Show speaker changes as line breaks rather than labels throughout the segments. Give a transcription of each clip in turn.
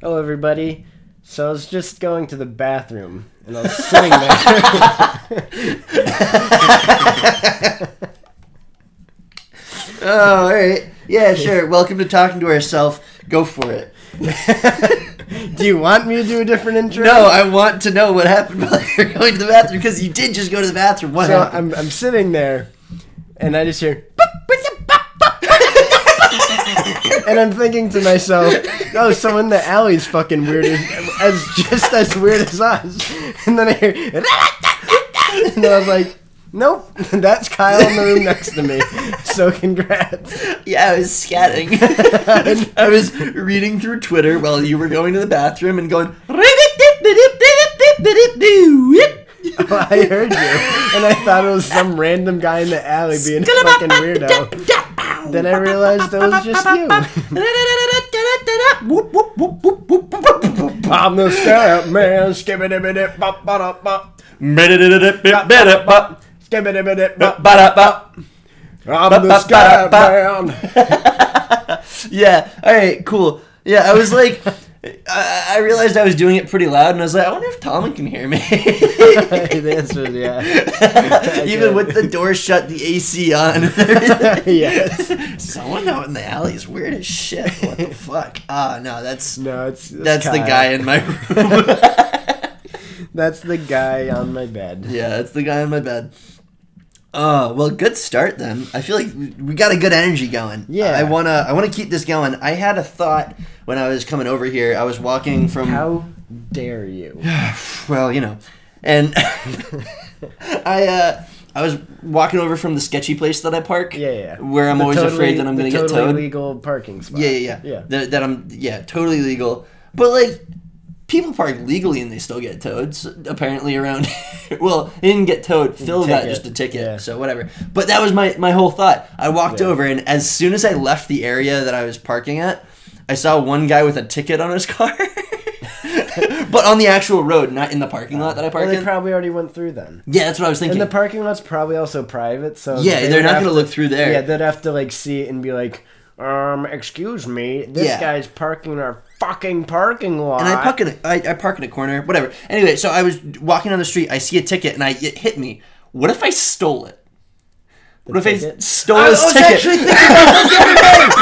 Hello, everybody. So I was just going to the bathroom, and I was sitting there.
Oh, all right. Yeah, sure. Welcome to Talking to Ourself. Go for it.
do you want me to do a different intro?
No, I want to know what happened while you're going to the bathroom because you did just go to the bathroom. What
So
happened?
I'm, I'm sitting there, and I just hear, and I'm thinking to myself, "Oh, so in the alley's fucking weird as, as just as weird as us." And then I hear, and then I was like, "Nope, that's Kyle in the room next to me." So congrats.
yeah, I was scatting. I was reading through Twitter while you were going to the bathroom and going.
Oh, I heard you, and I thought it was some random guy in the alley being a fucking weirdo. Then I realized that was just you. I'm the scat man. Skibbidi bop bop bop. Skibbidi bop I'm the scat man.
Yeah. All right. Cool. Yeah. I was like, I, I realized I was doing it pretty loud, and I was like, I wonder if Tomlin can hear me.
the answer is yeah.
Even with the door shut, the AC on. and everything.
yes.
Someone out in the alley is weird as shit. What the fuck? Ah, no, that's
No, it's, it's
that's the
Kyle.
guy in my room.
That's the guy on my bed.
yeah, that's the guy in my bed. Oh well, good start then. I feel like we- we got a good energy going.
Yeah.
I wanna I wanna keep this going. I had a thought when I was coming over here. I was walking from
How dare you?
well, you know, and I uh, I was walking over from the sketchy place that I park.
Yeah, yeah.
Where I'm
The
always
totally-
afraid that I'm
the
gonna get
totally
towed.
legal parking spot.
Yeah, yeah, yeah.
Yeah.
That, that I'm yeah totally legal, but like people park legally and they still get towed so apparently around. well, they didn't get towed. Phil got
Ticket.
just a ticket,
Yeah.
so whatever. But that was my my whole thought. I walked
Yeah.
over and as soon as I left the area that I was parking at, I saw one guy with a ticket on his car. but on the actual road, not in the parking lot that I
Uh, Well,
parked
they
in.
probably already went through then.
yeah, that's what I was thinking.
And the parking lot's probably also private, so
yeah,
they
they're
would
not
have
going to
to-
look through there.
Yeah, they'd have to like see it and be like, um, excuse me, this
Yeah.
guy's parking in our fucking parking lot.
and I park in a, I, I park in a corner, whatever. Anyway, so I was walking down the street, I see a ticket, and I it hit me. What if I stole it? What if I
ticket?
stole
I
his
was
ticket?
actually thinking about that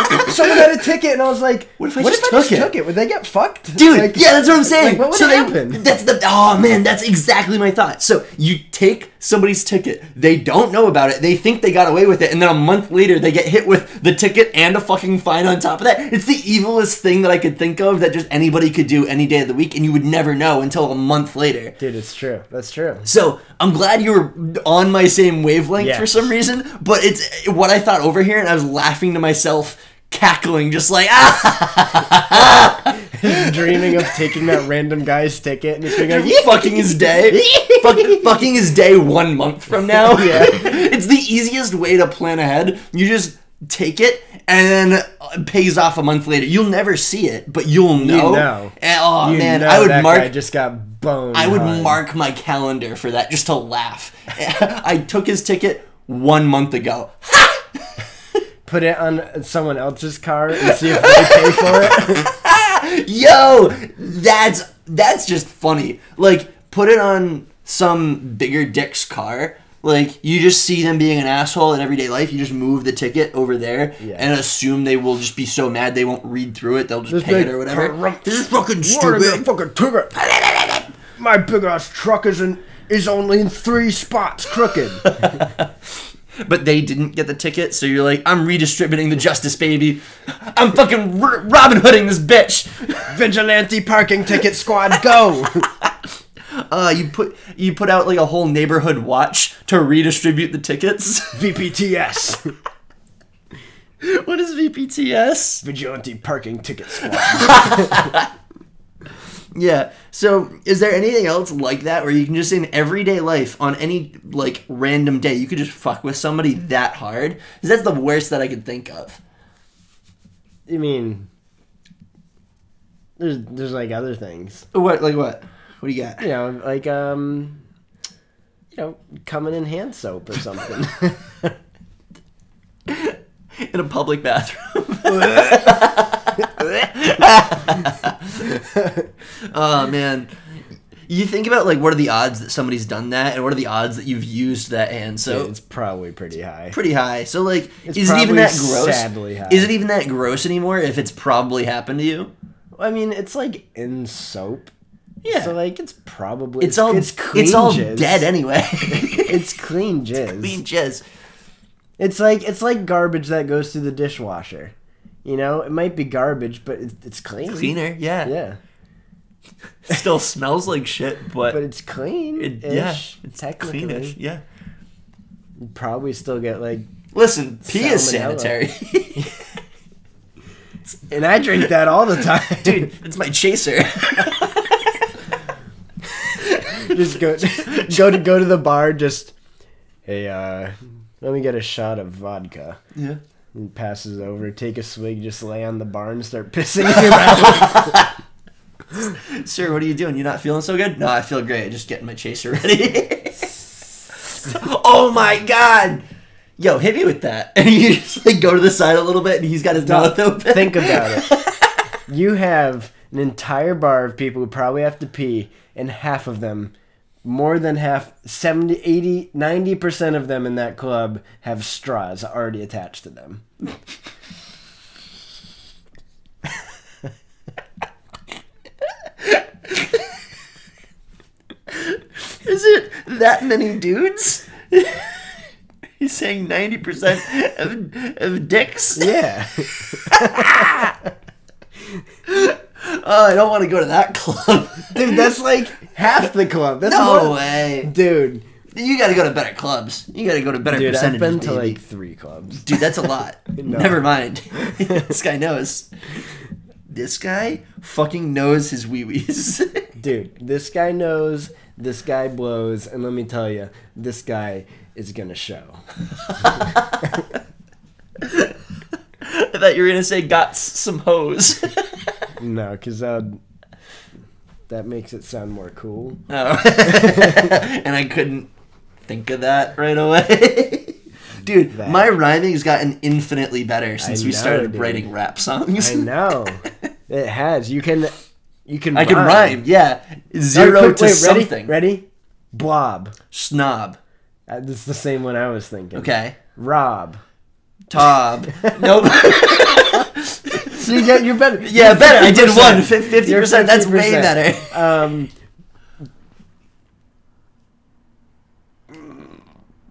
the other day. Someone had a ticket, and I was like, "What if I just, took, it? Would they get fucked,
Dude,
Like-
yeah, that's what I'm
like,
saying.
what would
so they-
happen?
That's the oh man, that's exactly my thought. So you take somebody's ticket, they don't know about it, they think they got away with it, and then a month later they get hit with the ticket and a fucking fine on top of that. It's the evilest thing that I could think of that just anybody could do any day of the week, and you would never know until a month later.
dude, it's true. That's true.
So I'm glad you were on my same wavelength
Yes.
for some reason, but it's what I thought over here, and I was laughing to myself, cackling, just like ah,
Dreaming of taking that random guy's ticket and just being like,
fucking his day, Fuck, fucking his day one month from now.
Yeah.
it's the easiest way to plan ahead. You just take it, and then uh, it pays off a month later. You'll never see it, but you'll know.
know.
And- oh
you
man,
know
I would
that
mark
guy just got boned.
I would
hard.
mark my calendar for that just to laugh. I took his ticket one month ago.
put it on someone else's car and see if they pay for it.
Yo, that's that's just funny. Like, put it on some bigger dick's car. Like, you just see them being an asshole in everyday life. You just move the ticket over there
Yeah.
and assume they will just be so mad they won't read through it. They'll just
Just
pay
like,
it or whatever.
"Harumph.
This is fucking
Water
stupid.
that fucking ticket. My big ass truck is in, is only in three spots crooked.
but they didn't get the ticket, so you're like, I'm redistributing the justice, baby. I'm fucking r- Robin Hooding this bitch.
Vigilante parking ticket squad, go!
Uh, you put you put out like a whole neighborhood watch to redistribute the tickets.
VPTS,
what is VPTS?
vigilante parking ticket squad.
Yeah. So, is there anything else like that where you can just in everyday life on any like random day you could just fuck with somebody that hard? 'Cause that's the worst that I could think of.
You mean, there's there's like other things,
What? Like what? What do you got?
you know, like um, you know, coming in hand soap or something.
In a public bathroom. Oh man. You think about like what are the odds that somebody's done that, and what are the odds that you've used that hand soap?
it's probably pretty high.
pretty high. So like,
It's
is it even
probably
that gross?
sadly high.
Is it even that gross anymore if it's probably happened to you?
I mean, it's like in soap.
Yeah.
So like, it's probably
it's all
it's
it's,
clean
all
jizz.
dead anyway.
It's clean jizz.
clean jizz.
It's like it's like garbage that goes through the dishwasher. You know, it might be garbage, but it's, it's clean.
Cleaner, yeah.
Yeah,
Still smells like shit, but,
but it's clean.
it,
-ish,
yeah, it's
technically.
cleanish. Yeah.
You'd Probably still get like,
Listen, pee is
Salmonella.
sanitary,
and I drink that all the time,
dude. It's my chaser.
just go go to go to the bar. Just hey, uh, let me get a shot of vodka.
yeah.
And passes over, take a swig, just lay on the bar and start pissing in your mouth.
Sir, what are you doing? You're not feeling so good? No, I feel great. Just getting my chaser ready. oh my god! Yo, hit me with that. And you just like go to the side a little bit and he's got his mouth open.
Think about it. You have an entire bar of people who probably have to pee, and half of them, more than half, 70, 80, 90% of them in that club have straws already attached to them.
Is it that many dudes? he's saying 90% of, of dicks?
Yeah.
Oh, I don't want to go to that club.
Dude, that's like half the club. That's
no
more-
way.
Dude.
You gotta go to better clubs. You gotta go to better
Dude, I've
percentages.
been to
baby.
like three clubs.
Dude, that's a lot. Never mind. this guy knows. This guy fucking knows his wee wees.
Dude, this guy knows, this guy blows, and let me tell you, this guy is gonna show.
I thought you were gonna say got s- some hoes.
No, because that, that makes it sound more cool.
oh. and I couldn't think of that right away. Dude,
That-
my rhyming's gotten infinitely better since
I
we
know,
started
dude.
writing rap songs.
I know. it has. You can. You can.
I can rhyme, yeah. Zero
Alright, quick,
to
wait, ready?
something.
Ready? Blob.
Snob.
Uh, This is the same one I was thinking.
Okay.
Rob.
Tob. nope.
So you get. You better.
yeah, better. I did one.
50%.
Fif- 50%.
You're
That's way
50%.
better.
Um. Um,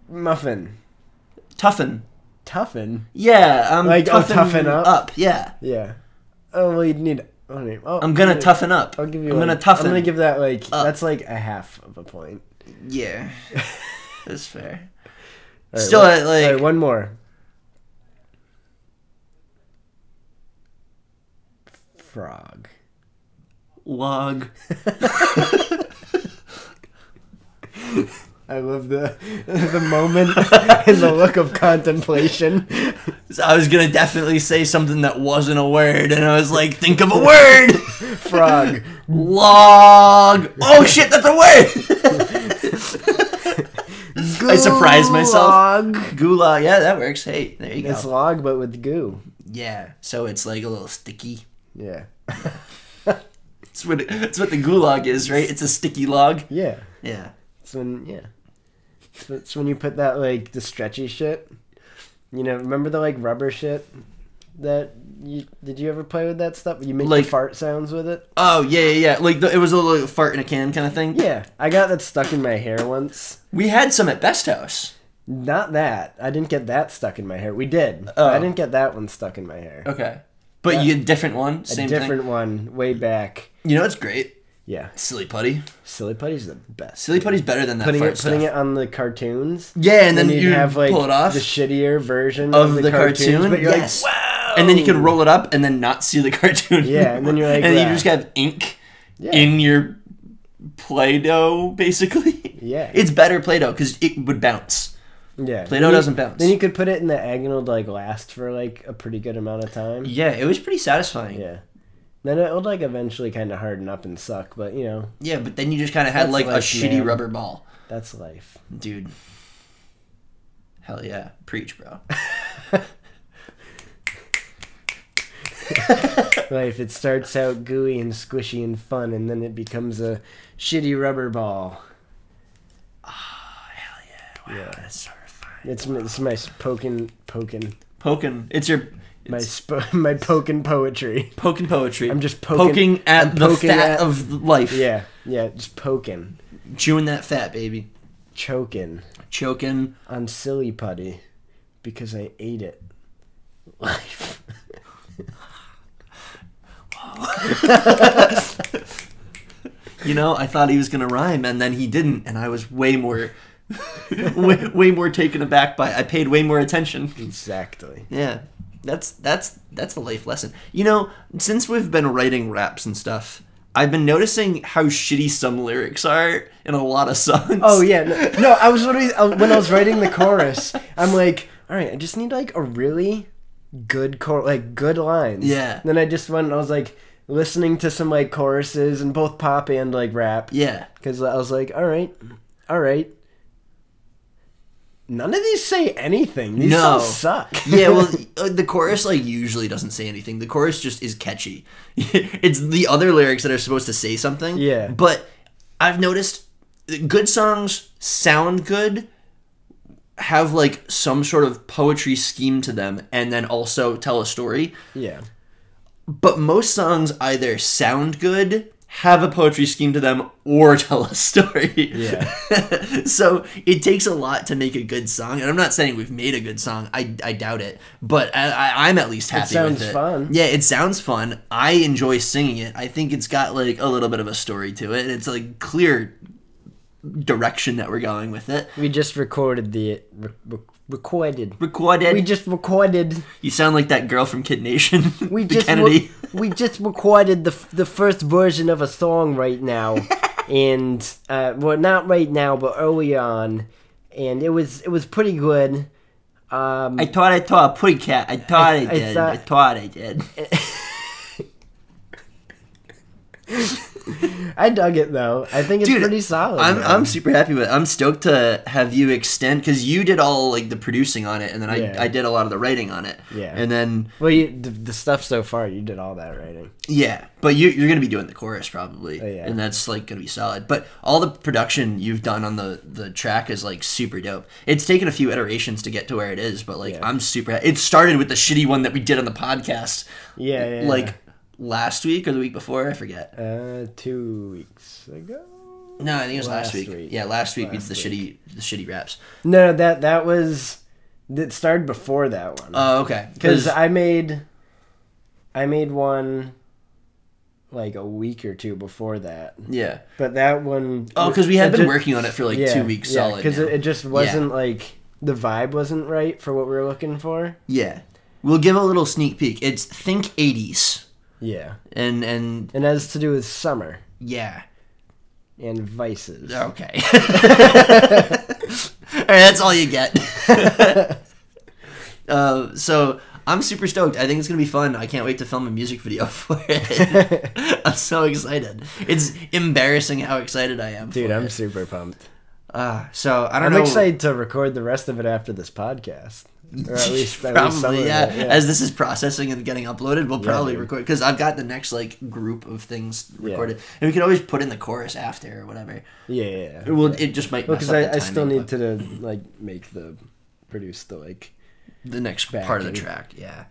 Muffin.
Toughen.
Toughen.
Yeah, I'm
Like, oh,
toughen,
toughen up?
Yeah,
Yeah. Oh well, you'd need. Oh, wait. oh,
I'm gonna
yeah.
toughen up.
I'll give you.
I'm
one.
gonna toughen. Uh.
I'm gonna give that like
up.
that's like a half of a point.
Yeah, that's fair.
All right,
Still,
one-
at, like,
all right, one more. Frog.
log.
I love the the moment and the look of contemplation.
So I was gonna definitely say something that wasn't a word, and I was like, think of a word.
Frog.
log. Oh shit, that's a word. I surprised myself.
Log.
Gulag. Yeah, that works. Hey, there you
It's
go.
log, but with goo.
Yeah. So it's like a little sticky.
Yeah.
It's what it's what the gulag is, right? It's a sticky log.
Yeah.
Yeah.
It's when yeah. It's, it's when you put that like the stretchy shit. You know, remember the like rubber shit that you did you ever play with that stuff? You make
Like-
the fart sounds with it?
Oh yeah, yeah, yeah. Like the, it was a little fart in a can kind of thing.
Yeah. I got that stuck in my hair once.
We had some at Best House.
Not that. I didn't get that stuck in my hair. We did.
Oh.
I didn't get that one stuck in my hair.
Okay. But you had a different one, same
A different one way back.
thing. You know it's great.
Yeah.
Silly putty.
Silly putty's the best.
Silly putty's better than that
Putting
fart
it,
stuff.
putting it on the cartoons.
yeah, and then
you'd
you have like pull it off
the shittier version
of the,
cartoons,
cartoon.
but you're like,
yes. And then you could roll it up and then not see the cartoon.
Yeah, and then you're like,
and
"Wow."
then you just have ink
Yeah.
in your Play-Doh, basically.
Yeah.
It's better Play-Doh because it would bounce.
Yeah.
Play-Doh
Then you-
doesn't bounce.
Then you could put it in the agonal to like last for like a pretty good amount of time. Yeah.
Yeah, it was pretty satisfying. Yeah,
Then it would like eventually kind of harden up and suck, but you know
but then you just kind of had
That's
like a
life,
shitty
man.
rubber ball.
that's life.
Dude. Hell yeah. Preach, bro.
Life, it starts out gooey and squishy and fun, and then it becomes a shitty rubber ball.
Yeah, that's sort of fine.
It's my, it's my poking, poking,
Poking. It's your
my
it's
sp- my poking poetry.
poking poetry.
I'm just poking,
poking, at
I'm
the
poking
fat
at-
of life.
Yeah, yeah, just poking,
Chewing that fat, baby.
choking
Choking.
on silly putty because I ate it. Life.
You know, I thought he was gonna rhyme, and then he didn't, and I was way more, way, way more taken aback by. I paid way more attention.
Exactly.
Yeah, that's that's that's a life lesson. You know, since we've been writing raps and stuff, I've been noticing how shitty some lyrics are in a lot of songs.
Oh yeah, no, no I was literally I, when I was writing the chorus, I'm like, all right, I just need like a really good chor, like good lines.
Yeah.
Then I just went and I was like listening to some like choruses and both pop and like rap
yeah,
because I was like, all right, all right. None of these say anything. These
No.
songs suck.
yeah. Well, uh, the chorus like usually doesn't say anything. The chorus just is catchy. it's the other lyrics that are supposed to say something.
Yeah.
but I've noticed that good songs sound good have like some sort of poetry scheme to them and then also tell a story
yeah.
but most songs either sound good, have a poetry scheme to them, or tell a story.
Yeah.
so it takes a lot to make a good song, and I'm not saying we've made a good song. I, I doubt it, but I, I, I'm at least happy.
sounds
with it.
fun.
Yeah, it sounds fun. I enjoy singing it. I think it's got like a little bit of a story to it. It's like clear direction that we're going with it.
We just recorded the re- re- recorded.
Recorded.
We just recorded.
you sound like that girl from Kid Nation.
We
the
just
Kennedy.
re- we just recorded the f- the first version of a song right now, and uh, well, not right now, but early on, and it was it was pretty good. Um,
I thought I taught a pretty cat. I thought I,
I
did. I
thought-
thought I did.
I dug it though. I think it's
Dude,
pretty solid.
I'm,
Oh, man.
I'm super happy with it. I'm stoked to have you extend because you did all like the producing on it, and then I,
Yeah.
I did a lot of the writing on it.
Yeah.
And then
well, you, the, the stuff so far, you did all that writing.
yeah, but you, you're gonna be doing the chorus probably,
Oh, yeah.
and that's like gonna be solid. But all the production you've done on the the track is like super dope. It's taken a few iterations to get to where it is, but like
Yeah.
I'm super. It started with the shitty one that we did on the podcast,
Yeah, yeah.
like last week or the week before, I forget.
uh, two weeks ago.
No, I think it was last,
Last
week.
week.
Yeah, last week it's the shitty the shitty raps.
No, that that was that started before that one.
Oh, okay.
because
Because
I made, I made one, like a week or two before that.
yeah.
But that one.
Oh, because we had
it
been
ju-
working on it for like
yeah,
two weeks
yeah,
solid.
Because
now.
it, it just wasn't like the vibe wasn't right for what we were looking for.
yeah, we'll give a little sneak peek. It's think '80s,
Yeah,
and and
and has to do with summer
yeah,
and vices.
okay. all right, that's all you get. uh, so I'm super stoked. I think it's gonna be fun. I can't wait to film a music video for it. I'm so excited. It's embarrassing how excited I am.
Dude,
for
I'm
it.
super pumped.
Uh, so I don't
I'm
know.
excited to record the rest of it after this podcast. Or at least, at least some
probably
of
yeah.
it, yeah.
As this is processing and getting uploaded, we'll probably
dude.
record because I've got the next like group of things recorded, and we can always put in the chorus after or whatever.
yeah, yeah, yeah.
Well, it just might mess
Because
up
I,
the
I still
timing,
need to like make the produce the like
but the next part of the
backing.
track. Yeah,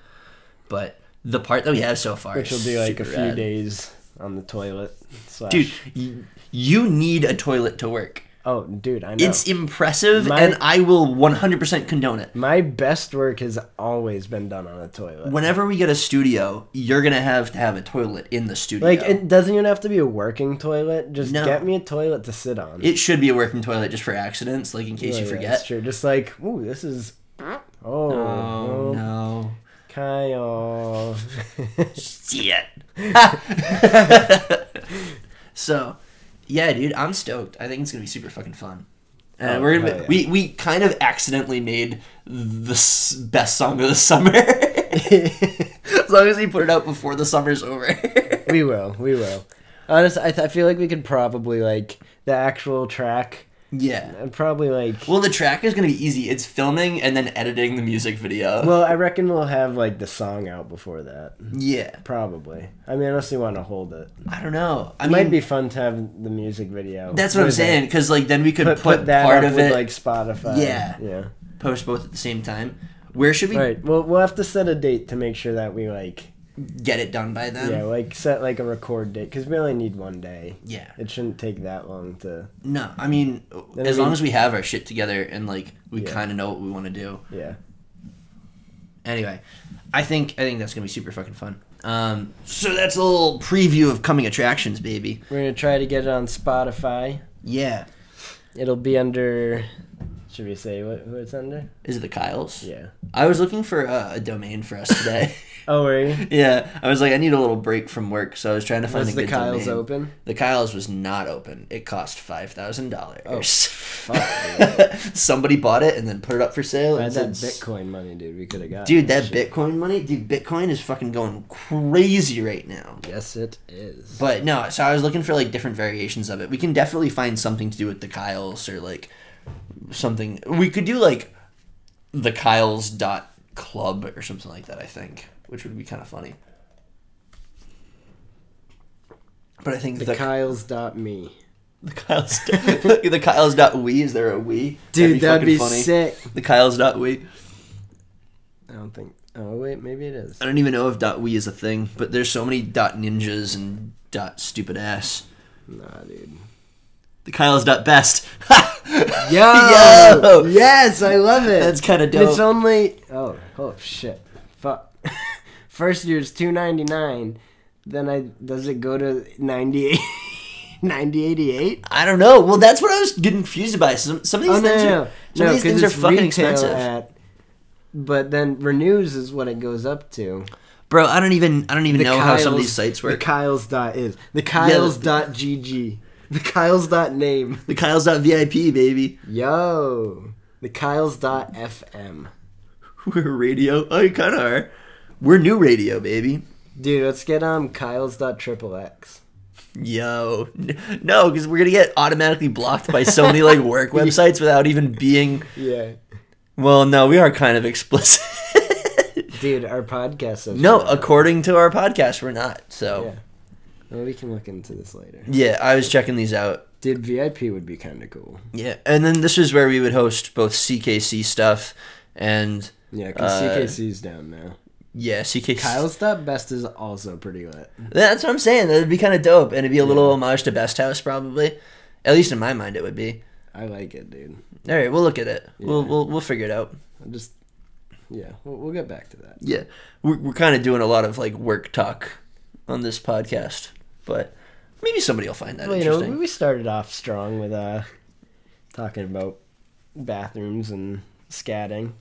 but the part that we have so far,
which will
is
be like a
super
few
rad.
days on the toilet. Slash.
Dude, you, you need a toilet to work.
oh dude, I know.
It's impressive,
My-
and I will 100% condone it.
My best work has always been done on a toilet.
Whenever we get a studio, you're gonna have to have a toilet in the studio.
Like it doesn't even have to be a working toilet. Just
No.
get me a toilet to sit on.
it should be a working toilet just for accidents, like in case you forget.
That's true. Just like, ooh, this is. Oh,
Oh no.
Kyle.
See it. so, yeah, dude, I'm stoked. I think it's gonna be super fucking fun. Uh,
Oh,
we're gonna
hell yeah.
we we kind of accidentally made the s- best song of the summer. as long as we put it out before the summer's over.
we will. We will. Honestly, I, th- I feel like we could probably like the actual track
Yeah.
I'd probably like.
Well, the track is gonna be easy. It's filming and then editing the music video.
Well, I reckon we'll have like the song out before that.
yeah.
Probably. I mean, unless you want to hold it, it
I don't know. I
might
mean,
be fun to have the music video.
that's what I'm
with it.
saying. Because like then we could
Put,
put,
put that
part
up
of
with
it,
like Spotify.
Yeah.
Yeah.
post both at the same time. Where should we
All right. Well, we'll have to set a date to make sure that we like
get it done by then?
yeah like set like a record date because we only need one day.
Yeah.
It shouldn't take that long to
No, I mean,
Then
as
we-
long as we have our shit together and like we
Yeah.
kind of know what we want to do.
yeah.
Anyway, I think I think that's gonna be super fucking fun. Um, so that's a little preview of coming attractions, baby.
We're gonna try to get it on Spotify.
Yeah.
It'll be under. Should we say what, what it's under?
Is it the Kyles?
Yeah.
I was looking for uh, a domain for us today.
Oh, are you?
yeah, I was like, I need a little break from work, so I was trying to find
Was
a
the
good
Kyle's
domain.
open?
The Kyle's was not open. It cost five thousand dollars.
Oh. fuck,
Somebody bought it and then put it up for sale.
I
and
had that
said,
Bitcoin money, dude. We could have got.
Dude, that Bitcoin money, dude, Bitcoin is fucking going crazy right now.
Yes, it is.
But no, so I was looking for like different variations of it. We can definitely find something to do with the Kyles or like something. We could do like the Kyles dot club or something like that. I think, which would be kind of funny. But I think the,
The Kyle's dot me.
the Kyles the Kyles dot we is there a we?
Dude, that'd
fucking
be, sick.
The Kyles dot we.
I don't think. Oh wait, maybe it is.
I don't even know if dot we is a thing, but there's so many dot ninjas and dot stupid ass.
Nah, dude.
The Kyle's dot best.
Yo,
Yo!
yes, I love it.
That's kinda
And
dope.
It's only oh oh shit, fuck. First year's two ninety nine. Then I does it go to 98 9088?
I don't know. Well, that's what I was getting confused by. Some, some of these
Oh no,
things
no,
are,
no. no
some of these
'cause
things are
it's
fucking
retail
expensive,
At, but then renews is what it goes up to.
bro. I don't even I don't even know how some of these
Kyles-
sites work.
The Kyle's dot is the Kyle's dot GG. The Kyle's dot name.
The Kyle's dot VIP baby.
Yo, the Kyle's dot FM.
We're radio. Oh, you kind of are. We're new radio, baby.
Dude, let's get um Kyle's dot triple X.
Yo, N- no, because we're gonna get automatically blocked by so many like work websites without even being.
Yeah,
Well, no, we are kind of explicit.
dude, our podcast says
no, oh.
that.
according to our podcast, we're not. So
Yeah. Well, we can look into this later.
yeah I was checking these out.
Dude, VIP would be kind of cool.
Yeah, and then this is where we would host both CKC stuff and
Yeah, cause
Uh,
CKC's down now.
yeah CKC.
Kyle's dot best is also pretty lit.
That's what I'm saying. That'd be kind of dope, and it'd be a little homage to Best House, probably. At least in my mind, it would be.
I like it, dude.
All right, we'll look at it. We'll
Yeah.
we'll we'll figure it out.
I just yeah, we'll, we'll get back to that.
Yeah, we're we're kind of doing a lot of like work talk on this podcast, but maybe somebody will find that
Well, you know,
interesting.
we started off strong with uh talking about bathrooms and scatting.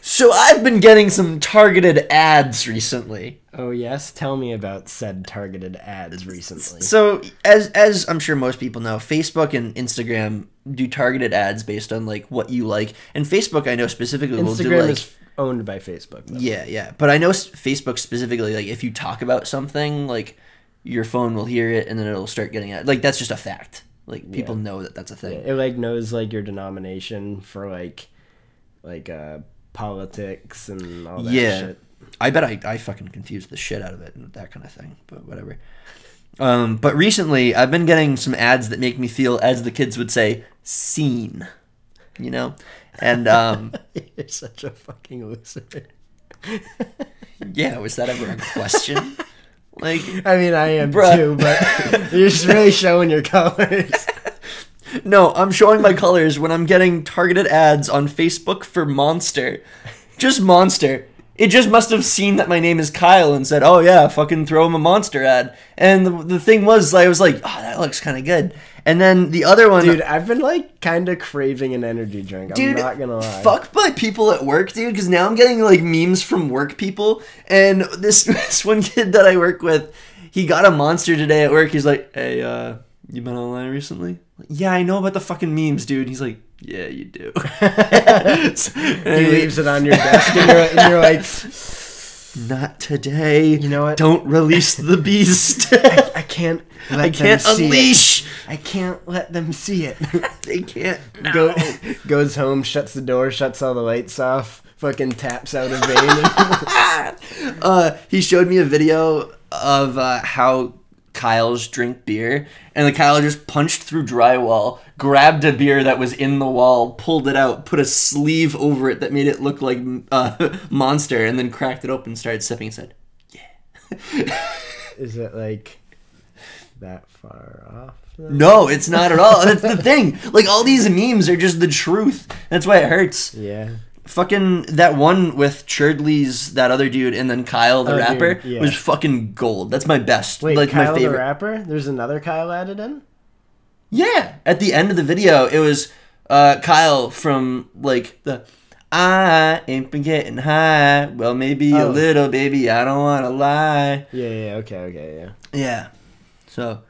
so I've been getting some targeted ads recently.
Oh yes, tell me about said targeted ads recently.
So as as I'm sure most people know, Facebook and Instagram do targeted ads based on like what you like, and Facebook I know specifically will do
Instagram
like
is owned by Facebook. Though.
Yeah, yeah. But I know s- Facebook specifically, like if you talk about something, like your phone will hear it and then it'll start getting out. Like that's just a fact. Like people know that that's a thing.
It like knows like your denomination for like like uh politics and all that
Yeah.
shit.
I bet I, I fucking confused the shit out of it and that kind of thing, but whatever. Um, but recently, I've been getting some ads that make me feel, as the kids would say, seen. You know? And um,
You're such a fucking loser.
yeah, was that ever a question? like,
I mean, I am
Bruh.
too, but you're just really showing your colors.
No, I'm showing my colors when I'm getting targeted ads on Facebook for Monster. Just Monster. It just must have seen that my name is Kyle and said, "Oh yeah, fucking throw him a Monster ad." And the, the thing was, I was like, "Oh, that looks kind of good." And then the other one,
Dude, I've been like kind of craving an energy drink. I'm
dude,
not gonna lie.
fuck by people at work, dude, because now I'm getting like memes from work people. And this this one kid that I work with, he got a monster today at work. He's like, "Hey, uh, you been online recently?" Like, yeah, I know about the fucking memes, dude. He's like, "Yeah, you do."
He leaves it on your desk, and you're, and you're like,
Not today. You
know what?
Don't release the beast.
I can't. Let
I can't
them see
unleash.
It. I can't let them see it.
They can't.
Go,
No.
goes home, shuts the door, shuts all the lights off. Fucking taps out a vein.
uh, he showed me a video of uh, how Kyle's drink beer, and the Kyle just punched through drywall, grabbed a beer that was in the wall, pulled it out, put a sleeve over it that made it look like uh, monster, and then cracked it open, started sipping, and said,
Is it like that far off? though?
"No, it's not at all." That's the thing. Like all these memes are just the truth. That's why it hurts.
Yeah.
Fucking that one with Churdley's, that other dude, and then Kyle the
Oh, dude,
rapper
yeah.
was fucking gold. That's my best.
Wait,
like
Kyle
my favorite.
the rapper? There's another Kyle added in?
Yeah. At the end of the video, it was uh, Kyle from like the I ain't been getting high. Well, maybe a
Oh.
little, baby. I don't want to lie.
Yeah, yeah, okay, okay, yeah.
Yeah. So,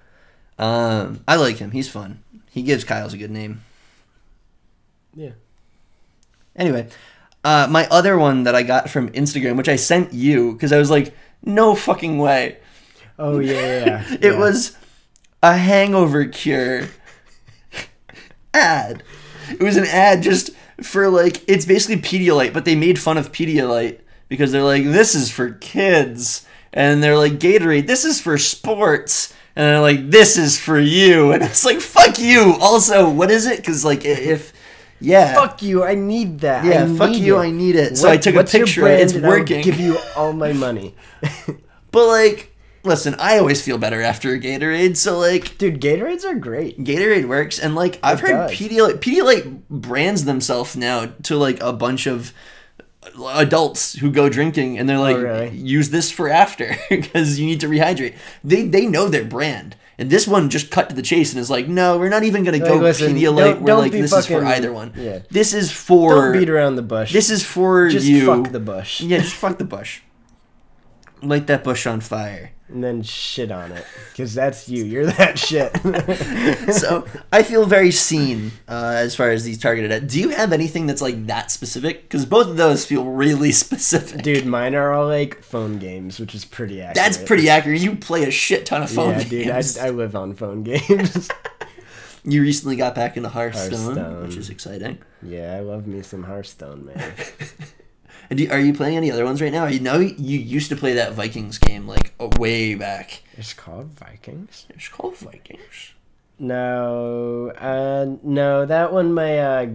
um, I like him. He's fun. He gives Kyle's a good name.
Yeah.
Anyway, uh, my other one that I got from Instagram, which I sent you because I was like, no fucking way.
Oh, yeah, yeah, yeah.
It
yeah.
was a hangover cure ad. It was an ad just for like it's basically Pedialyte, but they made fun of Pedialyte because they're like, this is for kids, and they're like Gatorade, this is for sports. And they're like, this is for you. And it's like, fuck you. Also, what is it? Because, like, i- if, yeah.
Fuck you, I need that.
Yeah,
I
fuck
need
you,
it.
I need it. So I took a
what's your
picture of it, it's
brand and I'll
working.
give you all my money.
But, like, listen, I always feel better after a Gatorade. So, like,
Dude, Gatorades are great.
Gatorade works, and like I've heard
does.
Pedialyte, Pedialyte brands themselves now to like a bunch of adults who go drinking, and they're like,
Oh, really?
use this for after because you need to rehydrate. They they know their brand, and this one just cut to the chase and is like, no, we're not even gonna go
listen,
Pedialyte.
don't-
we're
don't
like,
be
this is for
fucking-
either one.
yeah.
This is for
Don't beat around the bush.
this is for
Just
you.
fuck the bush.
yeah, just fuck the bush. Light that bush on fire.
And then shit on it. Because that's you. You're that shit.
so I feel very seen uh, as far as these targeted at. Do you have anything that's like that specific? Because both of those feel really specific.
Dude, mine are all like phone games, which is pretty accurate.
that's pretty accurate. You play a shit ton of phone
yeah,
games.
dude, I, I live on phone games.
you recently got back into Hearthstone,
Hearthstone.
which is exciting.
yeah, I love me some Hearthstone, man.
And do, are you playing any other ones right now? You know, you used to play that Vikings game like uh, way back.
It's called Vikings.
It's called Vikings.
No, uh, no, that one my uh,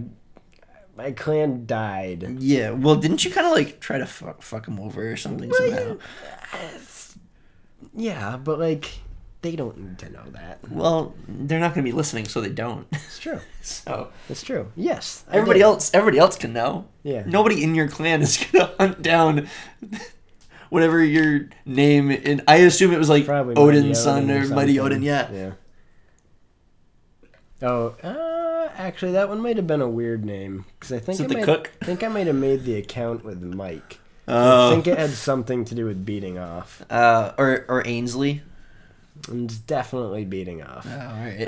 my clan died.
Yeah. Well, didn't you kind of like try to fuck, fuck him over or something somehow?
Yeah, but like they don't need to know that.
Well, they're not going to be listening, so they don't.
It's true.
so.
It's true. Yes. I
Everybody
did.
else, everybody else can know.
Yeah.
Nobody in your clan is gonna hunt down whatever your name. In I assume it was like
Probably Mighty
Odin's son or Mighty
something.
Odin. Yeah.
Yeah. Oh, uh, actually, that one might have been a weird name because I think
Is it
I
the
might,
cook?
I think I might have made the account with Mike. I
Uh,
think it had something to do with beating off.
uh, or or Ainsley.
I'm just definitely beating off,
Oh, all right.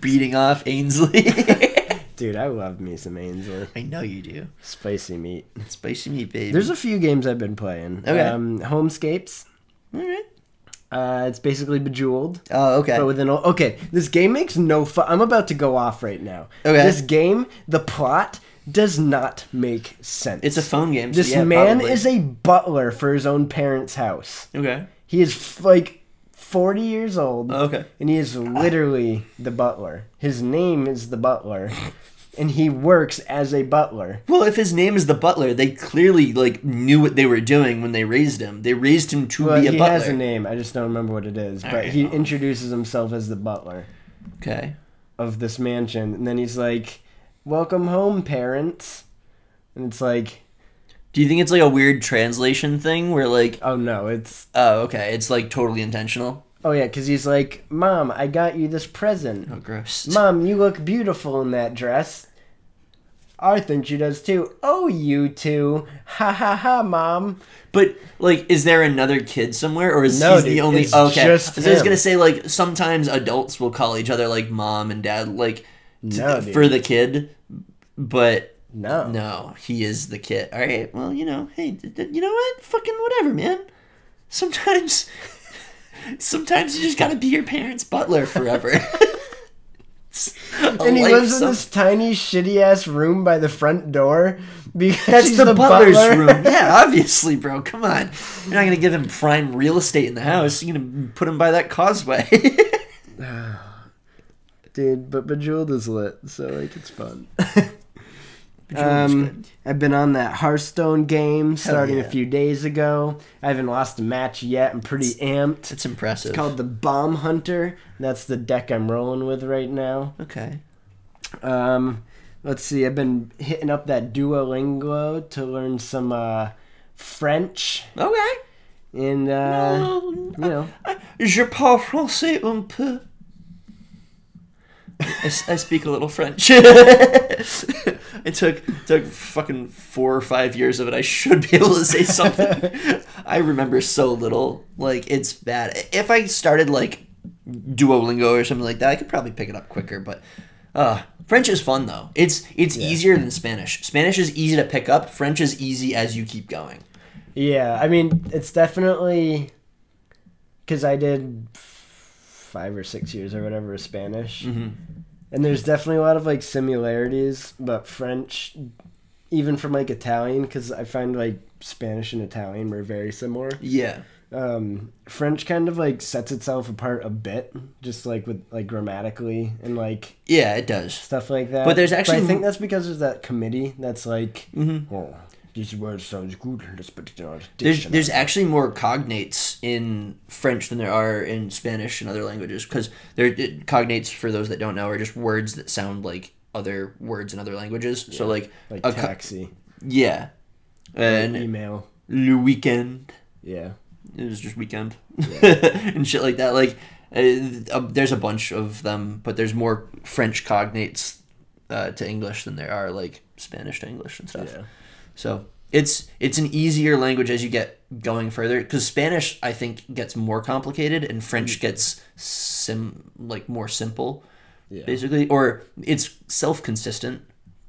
Beating off Ainsley.
dude. I love me some Ainsley
I know you do.
spicy meat.
Spicy meat, baby.
There's a few games I've been playing.
Okay.
Um, Homescapes.
all right.
Uh, it's basically Bejeweled,
Oh, okay.
but with an old. Okay, this game makes no fun. I'm about to go off right now.
Okay.
This game, the plot does not make sense.
it's a phone game. so
This
yeah,
man
probably.
is a butler for his own parents' house.
okay.
He is f- like 40 years old.
Okay.
And he is literally the butler. His name is the butler, and he works as a butler.
Well, if his name is the butler, they clearly like knew what they were doing when they raised him. They raised him to
Well,
be a
he
butler.
has a name. I just don't remember what it is. but
right.
he introduces himself as the butler
Okay.
of this mansion, and then he's like, "Welcome home, parents." And it's like,
Do you think it's like a weird translation thing where like
"Oh no, it's
oh okay, it's like totally intentional?
oh yeah," because he's like, "Mom, I got you this present.
Oh gross.
Mom, you look beautiful in that dress." I think she does too. Oh, you too. Ha ha ha, mom.
But like is there another kid somewhere or is
No,
he
dude,
the only Oh,
it's
okay.
just
'Cause I was
him.
gonna say like sometimes adults will call each other like mom and dad like t-
No, dude.
for the kid but
No.
No, he is the kid. All right. Well, you know, hey, d- d- you know what? Fucking whatever, man. Sometimes, sometimes you just gotta be your parents' butler forever.
And he lives in this tiny shitty ass room by the front door because he's the,
butler's
butler.
room. Yeah, obviously, bro. Come on. You're not gonna give him prime real estate in the house. You're gonna put him by that causeway.
Dude, but Bejeweled is lit, so like it's fun. Um, I've been on that Hearthstone game starting
yeah.
a few days ago. I haven't lost a match yet. I'm pretty amped.
it's impressive.
It's called the Bomb Hunter. That's the deck I'm rolling with right now.
okay.
Um, let's see. I've been hitting up that Duolingo to learn some uh, French
Okay.
and uh,
Well,
you know.
Je parle français un peu. I, s- I speak a little French. it took took fucking four or five years of it. I should be able to say something. I remember so little. Like it's bad. If I started like Duolingo or something like that, I could probably pick it up quicker. But uh, French is fun though. It's it's easier than Spanish. Spanish is easy to pick up. French is easy as you keep going.
Yeah, I mean, it's definitely because I did f- five or six years or whatever of Spanish,
Mm-hmm.
and there's definitely a lot of like similarities, but French, even from like Italian, because I find like Spanish and Italian were very similar.
Yeah.
Um, French kind of like sets itself apart a bit, just like with like grammatically and like
Yeah, it does.
stuff like that.
But there's actually- Mm-hmm.
I think that's because there's that committee that's like, oh, this word sounds good. Let's put it on. a
There's
dictionary."
there's actually more cognates in French than there are in Spanish and other languages because there it- cognates for those that don't know are just words that sound like other words in other languages. So like,
like
a co-
taxi,
yeah, and
email.
le weekend
Yeah,
it was just weekend and shit like that. Like uh, uh, there's a bunch of them, but there's more French cognates uh, to English than there are like Spanish to English and stuff.
Yeah.
So it's it's an easier language as you get going further because Spanish I think gets more complicated and
Mm.
French gets sim like more simple,
Yeah.
basically, or it's self consistent,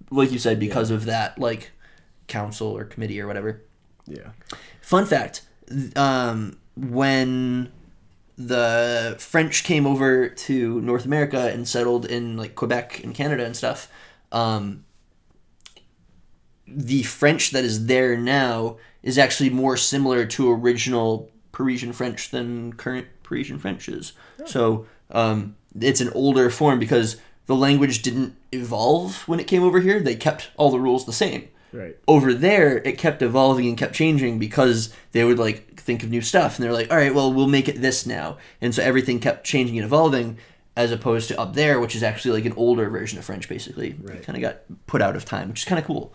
like you said, because of that like council or committee or whatever.
yeah.
Fun fact: th- um, when the French came over to North America and settled in like Quebec and Canada and stuff, um, the French that is there now is actually more similar to original Parisian French than current Parisian French is. So um, it's an older form because the language didn't evolve when it came over here. They kept all the rules the same
Right.
over there it kept evolving and kept changing because they would like think of new stuff and they're like all right well we'll make it this now and so everything kept changing and evolving as opposed to up there which is actually like an older version of french basically
Right.
kind of got put out of time which is kind of cool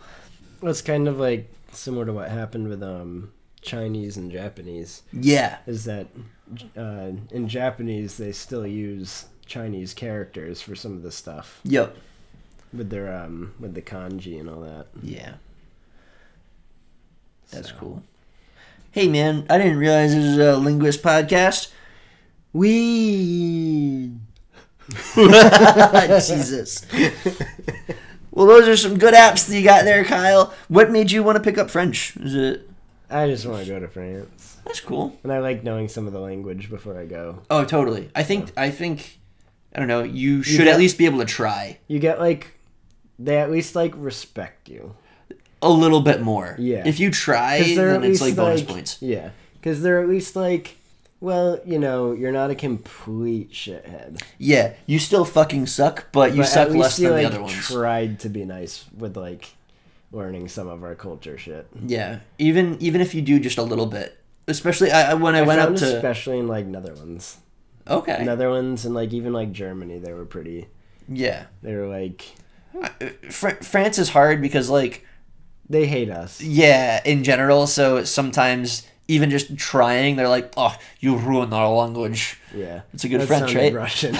Well, it's kind of like similar to what happened with um Chinese and Japanese.
yeah
Is that uh, in Japanese they still use Chinese characters for some of the stuff
yep
with their um with the kanji and all that.
yeah that's
So.
cool hey man i didn't realize this was a linguist podcast
We
Jesus. well, those are some good apps that you got there, Kyle. What made you want to pick up French? Is it?
I just want to go to France,
That's cool.
and I like knowing some of the language before I go.
Oh, totally. I think. I think. I don't know. You should
got-
at least be able to try
You get like they at least like respect you.
a little bit more.
Yeah.
If you try,
Because they're
then
at
it's
least
like
like,
bonus points.
Yeah, because they're at least like, well, you know, you're not a complete shithead.
Yeah. You still fucking suck, but you
But
suck
at least
less
you
than
like
the other ones.
tried to be nice with like learning some of our culture shit.
yeah. Even even if you do just a little bit, especially I, I- when I, went
Found
up to
especially in like Netherlands,
okay.
Netherlands, and like even like Germany, they were pretty.
Yeah.
They were like
Fr- France is hard because like
they hate us.
yeah in general so sometimes even just trying they're like oh you ruin our language
Yeah,
It's a good
That
French,
sounded
right?
Russian.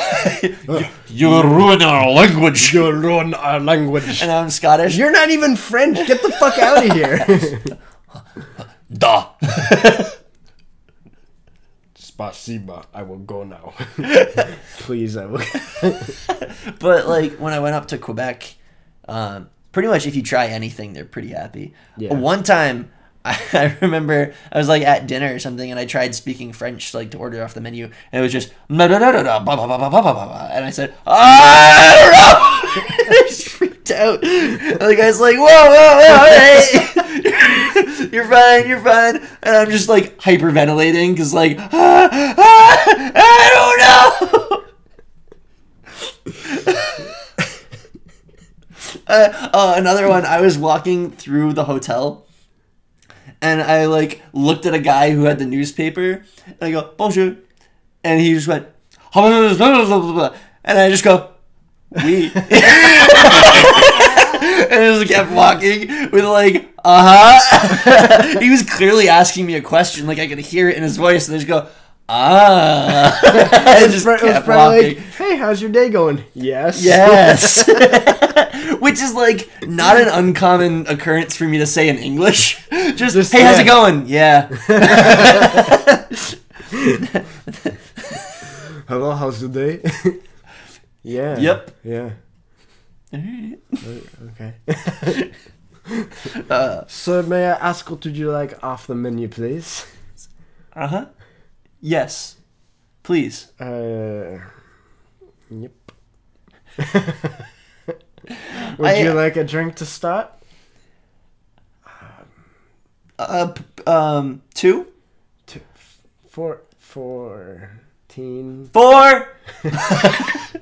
you ruin our language
you ruin our language.
and i'm scottish
You're not even French. Get the fuck out of here.
duh
Spasiba. I will go now. Please, I will.
but like when i went up to quebec um, pretty much if you try anything, they're pretty happy.
Yeah.
One time, I, I remember I was like at dinner or something, and I tried speaking French like to order off the menu, and it was just "Ma da da da da ba ba ba ba ba ba ba ba," and I said "Ah, I don't know. I just freaked out. And the guy's like, "Whoa, whoa, whoa, hey." You're fine, you're fine, and I'm just like hyperventilating because like "Ah, ah, I don't know. uh, uh, another one. I was walking through the hotel, and I like looked at a guy who had the newspaper, and I go bonjour, and he just went, and I just go, we. And I just kept walking with like, uh huh. he was clearly asking me a question, like I could hear it in his voice, and I just go, ah. I
It's
just
pro- it was
kept
probably
walking.
like, hey, how's your day going? Yes.
Yes. Which is like not an uncommon occurrence for me to say in English. Just,
Just-
hey, how's it
yeah.
going? Yeah.
Hello, how's your day? yeah.
Yep.
Yeah. Okay.
Uh
So may I ask what would you like off the menu, please?
huh. uh-huh. Yes. Please.
Uh. Yep. would
I-
you like a drink to start?
Uh, p- um, two,
Two, four, fourteen.
four,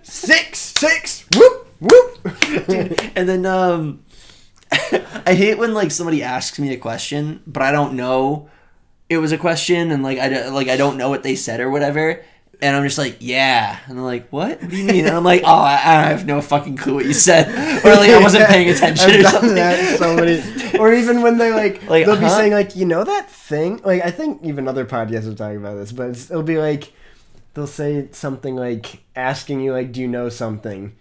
six, six. Whoop whoop. Dude, and then um, I hate when like somebody asks me a question, but I don't know it was a question, and like I don't, like I don't know what they said or whatever. And I'm just like, yeah. And they're like, what? What do you mean? And I'm like, oh, I, I have no fucking clue what you said. Or like, I wasn't paying attention
I've
or
done
something.
that so many- or even when they like,
Like, uh-huh.
they'll be
huh?
saying like, you know that thing? Like I think even other podcasts are talking about this, but it's, it'll be like, they'll say something like asking you like, do you know something?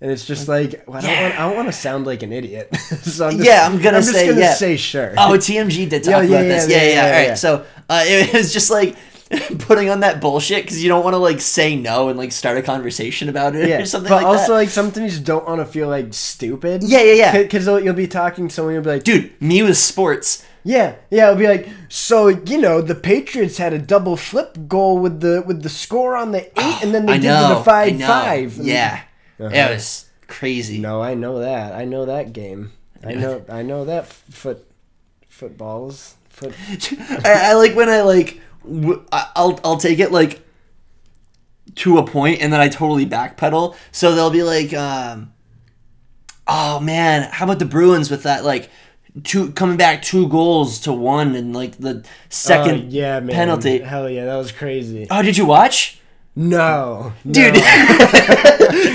And it's just like, well, I don't
Yeah.
want, I don't want to sound like an idiot. so I'm just,
Yeah, I'm gonna
I'm just
say,
gonna
yeah.
say sure.
Oh, TMG did talk
Yeah, yeah,
about
yeah,
this. Yeah,
yeah,
yeah.
yeah,
All right.
yeah.
So uh, it was just like putting on that bullshit because you don't want to like say no and like start a conversation about it
yeah.
or something
but
like
also
that.
like sometimes you don't want to feel like stupid.
Yeah, yeah, yeah.
Because you'll be talking to someone, you'll be like,
Dude, me with sports.
Yeah, yeah, it'll be like so. You know, the Patriots had a double flip goal with the with the score on the eight, and then they
I
did
know.
the five
I know.
five. And-
Yeah.
Uh-huh.
It was crazy.
No, I know that. I know that game. I know. I know that foot footballs. Foot.
I, I like when I like w- I- I'll I'll take it like to a point and then I totally backpedal. So they'll be like, um, oh man, how about the Bruins with that like two coming back two goals to one in like the
Oh,
second
yeah, man.
penalty.
Hell yeah, that was crazy.
Oh, did you watch?
No,
Dude,
no.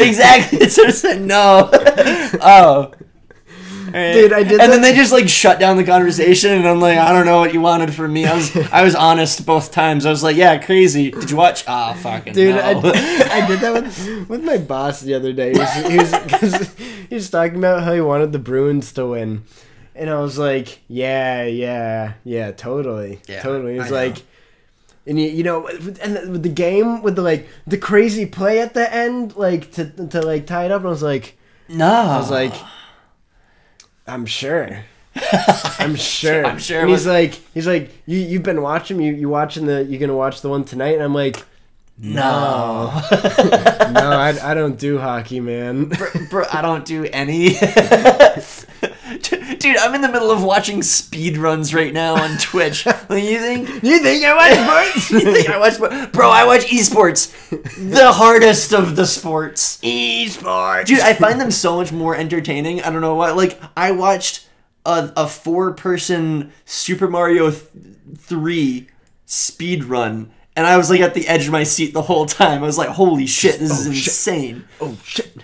exactly. So I said no. oh,
Dude, I did
And then
that-
they just like shut down the conversation, and I'm like, I don't know what you wanted from me. I was, I was honest both times. I was like, yeah, crazy. Did you watch? Ah, fucking
Dude,
no.
I, I did that with, with my boss the other day. He was, he, was, 'cause he was talking about how he wanted the Bruins to win. And I was like, yeah, yeah, yeah, totally.
Yeah,
totally. He
I
was
know.
like, and you, you know, with- and the, with the game with the like the crazy play at the end, like to, to like tie it up. And I was like,
no.
I was like, I'm sure. I'm sure.
I'm sure it
And he's
was-
like, he's like, you you've been watching you you watching the you gonna watch the one tonight? And I'm like,
no,
no, I, I don't do hockey, man.
bro, I don't do any. Dude, I'm in the middle of watching speed runs right now on Twitch. Like, you think
you think I watch sports?
you think I watch, spo- bro? I watch esports, the hardest of the sports. Esports, dude. I find them so much more entertaining. I don't know why. Like I watched a, a four person Super Mario th- three speed run, and I was like at the edge of my seat the whole time. I was like, holy shit, this is insane.
oh shit,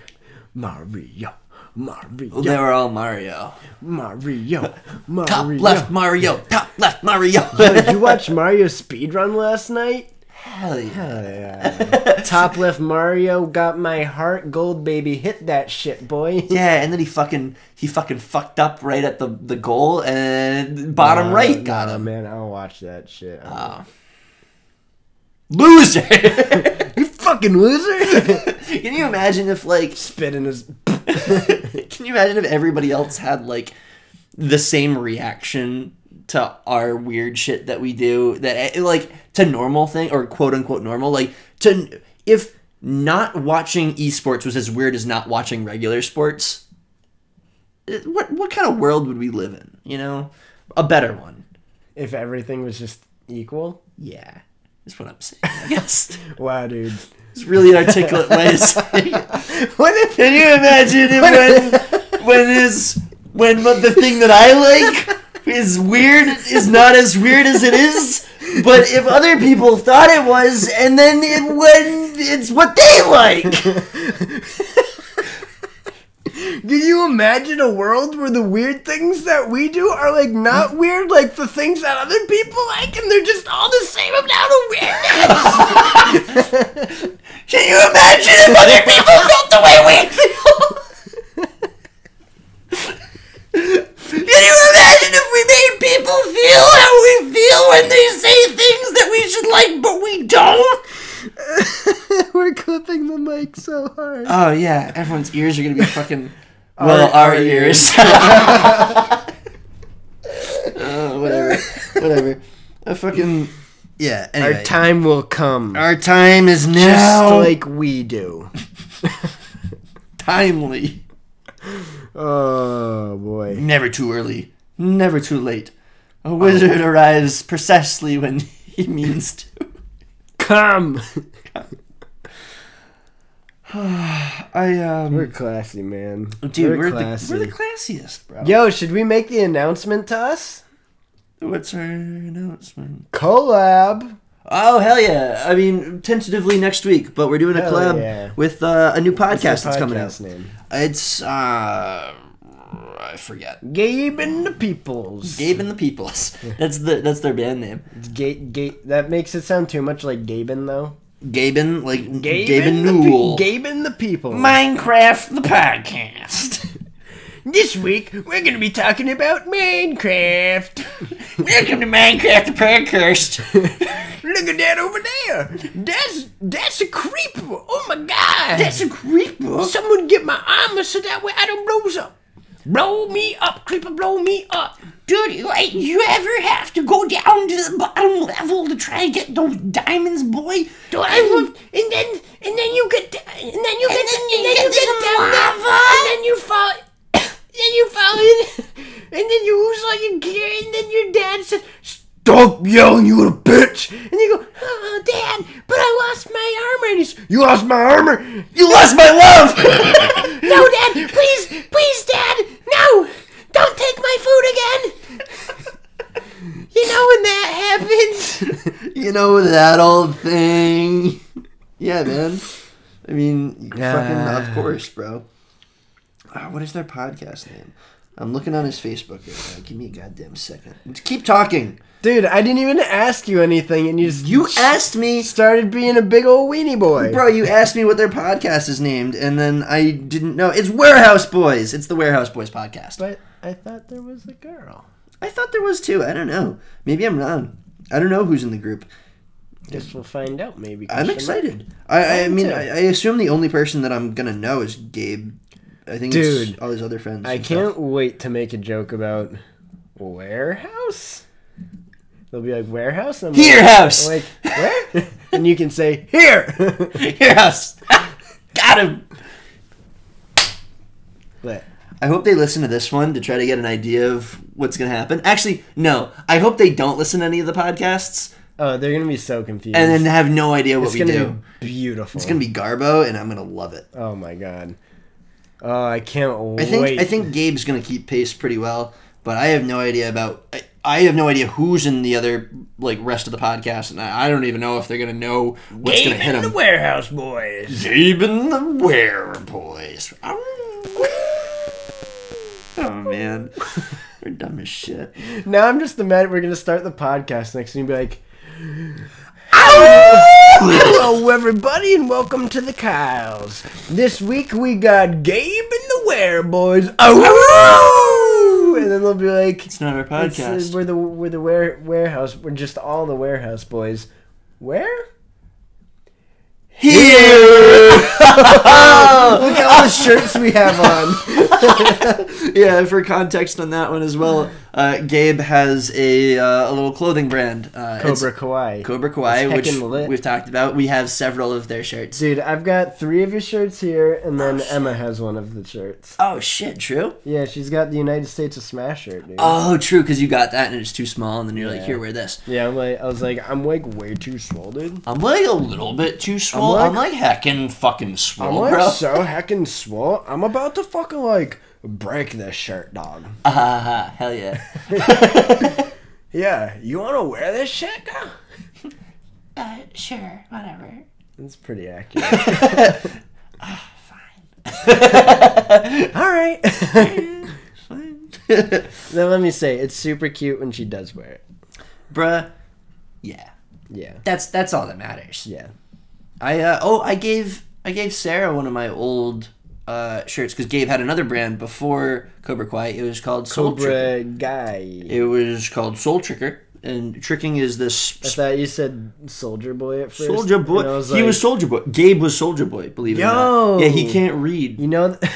Mario, Mario,
They were all Mario.
Mario,
Top
Mario.
left Mario. Top left Mario.
Did you watch Mario speedrun last night?
Hell yeah.
Hell yeah. Top left Mario got my heart, gold baby, hit that shit, boy.
Yeah, and then he fucking he fucking fucked up right at the the goal and bottom right Uh, got
Oh,
him.
man, I'll watch that shit.
Loser.
you fucking loser!
Can you imagine if like
Spit in his.
Can you imagine if everybody else had like the same reaction to our weird shit that we do that eh, like to normal thing or quote unquote normal like to if not watching esports was as weird as not watching regular sports eh, what what kind of world would we live in you know a better one
If everything was just equal.
yeah is what i'm saying i guess
Wow, dude.
it's really an articulate way to say it.
What if
Can you imagine it when when is when the thing that I like is weird is not as weird as it is, but if other people thought it was, and then it, when it's what they like.
Can you imagine a world where the weird things that we do are like not weird, like the things that other people like, and they're just all the same amount of weirdness?
Can you imagine if other people felt the way we feel? Can you imagine if we made people feel how we feel when they say things that we should like but we don't?
We're clipping the mic so hard.
Oh yeah, everyone's ears are gonna be fucking. well, our,
our
ears. Uh, whatever, whatever. A fucking yeah. Anyway,
Our time will come,
Our time is
just
now
like we do.
timely.
Oh boy.
Never too early. Never too late.
Oh.
A wizard arrives precisely when he means to.
Come!
I um.
We're classy, man.
Dude, we're,
classy.
the we're the classiest, bro.
Yo, should we make the announcement to us?
What's our announcement?
Collab!
Oh hell yeah! I mean, tentatively next week, but we're doing a
Hell
collab
yeah.
with uh, a new podcast
What's the
that's coming
podcast
out.
name?
It's uh, I forget.
Gabe and the Peoples.
Gabe and the Peoples. That's the that's their band name.
Gate, gate. That makes it sound too much like Gaben, though.
Gaben like Gaben Newell.
Gaben the people.
Minecraft the podcast.
this week we're gonna be talking about Minecraft.
Welcome to Minecraft the podcast.
Look at that over there. That's that's a creeper. Oh my god.
That's a creeper.
Someone get my armor so that way I don't blows up. Blow me up, creeper. Blow me up.
Dude, like, you ever have to go down to the bottom level to try and get those diamonds, boy? Do
I love, and then and then you get and then you get
then you
and then
get
you get
some
down there,
lava.
and then you fall then you fall in and then you lose all your gear and then your dad says stop yelling you little bitch and you go oh dad but I lost my armor and he's you lost my armor
You lost my love!
no dad please please dad no don't take my food again you know when that happens
you know that old thing. Yeah, man. I mean, fucking,
Yeah.
of course, bro. Ah, what is their podcast name? I'm looking on his Facebook right now. Give me a goddamn second. Keep talking.
dude I didn't even ask you anything and you just
You asked me,
started being a big old weenie boy.
bro. You asked me what their podcast is named, and then I didn't know. It's Warehouse Boys. It's the Warehouse Boys podcast.
But I thought there was a girl.
I thought there was two. I don't know. Maybe I'm wrong. I don't know who's in the group.
Guess we'll find out maybe.
I'm excited. I, I
I'm
mean,
Oh, too.
I, I assume the only person that I'm gonna know is Gabe. I think it's
Dude,
all his other friends.
I
and
can't
stuff.
wait to make a joke about warehouse. They'll be like warehouse. And I'm
Here
like,
house.
I'm like where? and you can say here.
Here house. Got him.
but
I hope they listen to this one to try to get an idea of what's gonna happen. Actually, no. I hope they don't listen to any of the podcasts
oh, they're gonna be so confused.
and then have no idea what
it's
we
gonna
do.
be beautiful.
It's gonna be Garbo, and I'm gonna love it.
Oh my god. Oh, I can't wait.
I think I think Gabe's gonna keep pace pretty well, but I have no idea about. I, I have no idea who's in the other like rest of the podcast, and I, I don't even know if they're gonna know what's gonna hit them.
warehouse boys.
Gabe and the Ware Boys. Oh man, we're dumb as shit.
Now I'm just imagining we're gonna start the podcast next, and you'd be like, Hello, everybody, and welcome to the Kyles. This week we got Gabe and the Ware Boys. Oh, and then they'll be like,
It's not our
it's, uh,
podcast.
"We're the we're the ware, warehouse. We're just all the warehouse boys. Where?
Here.
Look at all the shirts we have on.
yeah, for context on that one as well, uh, Gabe has a, uh, a little clothing brand. Uh, it's
Cobra Kawaii.
Cobra Kawaii,
It's
which
heckin' lit.
we've talked about. We have several of their shirts.
Dude, I've got three of your shirts here, and then Emma has one of the shirts.
Oh, shit, true?
Yeah, she's got the United States of Smash shirt, dude.
Oh, true, because you got that and it's too small, and then you're like,
Yeah.
here, wear this.
yeah, I'm like, I was like, I'm like way too swole, dude.
I'm like a little bit too swole. I'm
I'm
like, heckin' fucking
I'm
swole,
like
bro.
so heckin' swole. I'm about to fucking like break this shirt, dog.
Ah, hell yeah.
Yeah, you wanna wear this shit? girl?
Uh, sure, whatever.
That's pretty accurate. Ah, All right. now let me say, it's super cute when she does wear it.
Bruh, yeah.
Yeah,
That's that's all that matters.
yeah.
I uh, oh I gave I gave Sarah one of my old uh, shirts because Gabe had another brand before Cobra Quiet. It was called Soul Tricker.
Cobra guy.
It was called Soul Tricker, and tricking is this
I thought you said soldier boy at first.
Soldier Boy.
and I
he
like,
was Soldier Boy. Gabe was Soldier Boy. Believe it or not.
Yo!
Yeah, he can't read.
You know. th-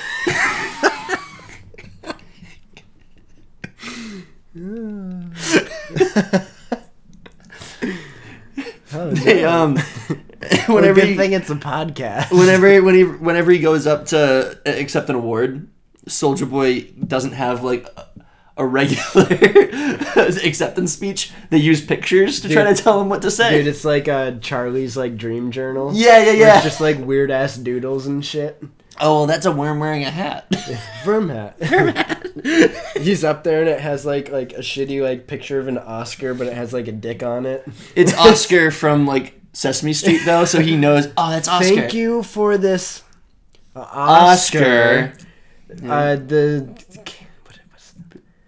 Oh,
They,
no.
um,
Well,
whenever
good
he,
thing it's a podcast.
whenever when he whenever he goes up to uh, accept an award, Soldier Boy doesn't have like a, a regular acceptance speech. They use pictures to try
Dude.
to tell him what to say.
Dude, it's like uh, Charlie's like dream journal.
yeah, yeah,
Where
yeah.
It's just like weird ass doodles and shit.
oh, well, that's a worm wearing a hat.
Verm hat. He's up there and it has like like a shitty like picture of an Oscar, but it has like a dick on it.
it's Oscar from like Sesame Street though, so he knows. Oh, that's Oscar.
Thank you for this uh,
Oscar. Mm.
Oscar. Uh, the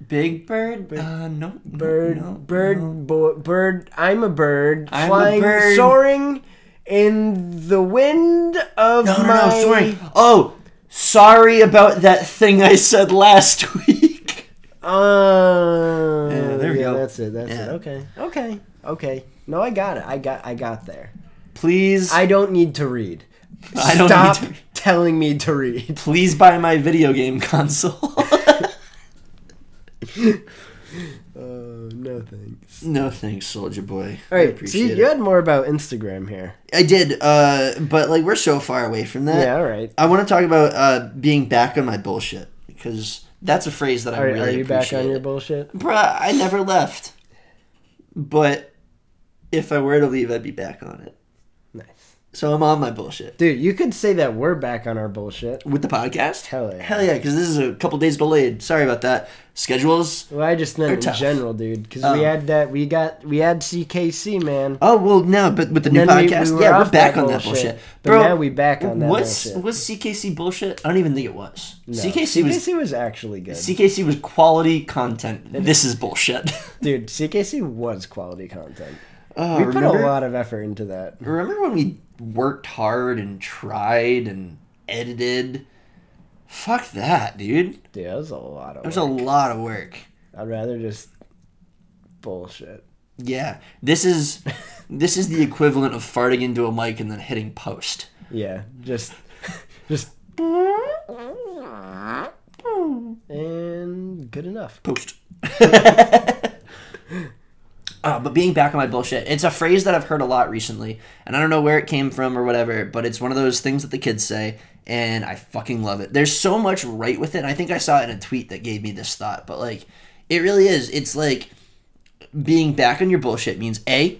Big Bird. Uh, no, no,
bird,
no,
bird,
no.
Bo- bird. I'm a bird
I'm a
flying,
bird.
soaring in the wind of
No, no,
my.
no, sorry. Oh, sorry about that thing I said last week.
Uh,
Yeah, there we go.
That's it. That's it.
Yeah.
Okay. Okay. Okay. No, I got it. I got. I got there.
Please,
I don't need to read.
I don't
Stop
need to-
telling me to read.
please buy my video game console.
Oh no, thanks.
no thanks, Soldier Boy.
All
I
right.
appreciate
See,
it.
you had more about Instagram here.
I did, uh, but like we're so far away from that.
Yeah. All right.
I want to talk about uh, being back on my bullshit because that's a phrase that I
All right.
really
Are you back on
appreciate.
your bullshit?
Bruh, I never left. But if I were to leave, I'd be back on it.
Nice.
So I'm on my bullshit
Dude, you could say that we're back on our bullshit.
with the podcast.
Hell yeah.
Hell yeah, because this is a couple days delayed. Sorry about that. Schedules.
Well, I just
They're
meant in
tough.
general, dude, because
Oh.
we had that. We got we had CKC, man.
Oh well, no, but with the new
then we- we
podcast,
were
yeah, we're
off
back
that
on that
bullshit,
bullshit,
but now we back on that
what's,
bullshit.
What's CKC bullshit? I don't even think it was.
No,
CKC was
CKC was actually good,
CKC was quality content. This is bullshit.
dude. CKC was quality content.
Oh,
We put
remember,
a lot of effort into that.
remember when we worked hard and tried and edited? Fuck that, dude.
Dude, that was a lot of.
There's
Work.
a lot of work.
I'd rather just bullshit.
Yeah, this is this is the equivalent of farting into a mic and then hitting post.
Yeah, just, just, and good enough.
Post. Uh, but being back on my bullshit, it's a phrase that I've heard a lot recently, and I don't know where it came from or whatever, but it's one of those things that the kids say, and I fucking love it. There's so much right with it. I think I saw it in a tweet that gave me this thought, but like, it really is. It's like being back on your bullshit means A,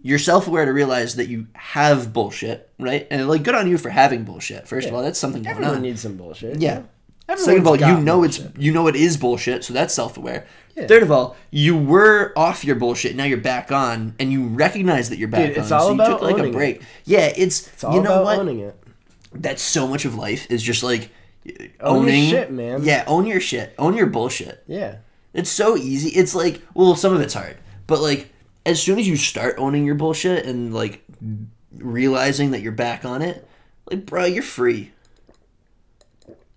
you're self aware to realize that you have bullshit, right? And like, good on you for having bullshit. First of all, that's something going
Everyone
on.
needs some bullshit.
Yeah.
Everyone's
Second of all, you
got
know
bullshit.
it's you know it is bullshit, so that's self aware. Third of all, you were off your bullshit, now you're back on, and you recognize that you're back
Dude, it's
on.
all
so you
about
took like a
owning
break. Yeah, it's,
It's all
you know
about
what?
owning it.
That's so much of life is just like
Own your
owning
shit, man.
Yeah, own your shit. Own your bullshit.
Yeah.
It's so easy. It's like, well, some of it's hard, but like, as soon as you start owning your bullshit and like realizing that you're back on it, like, bro, you're free.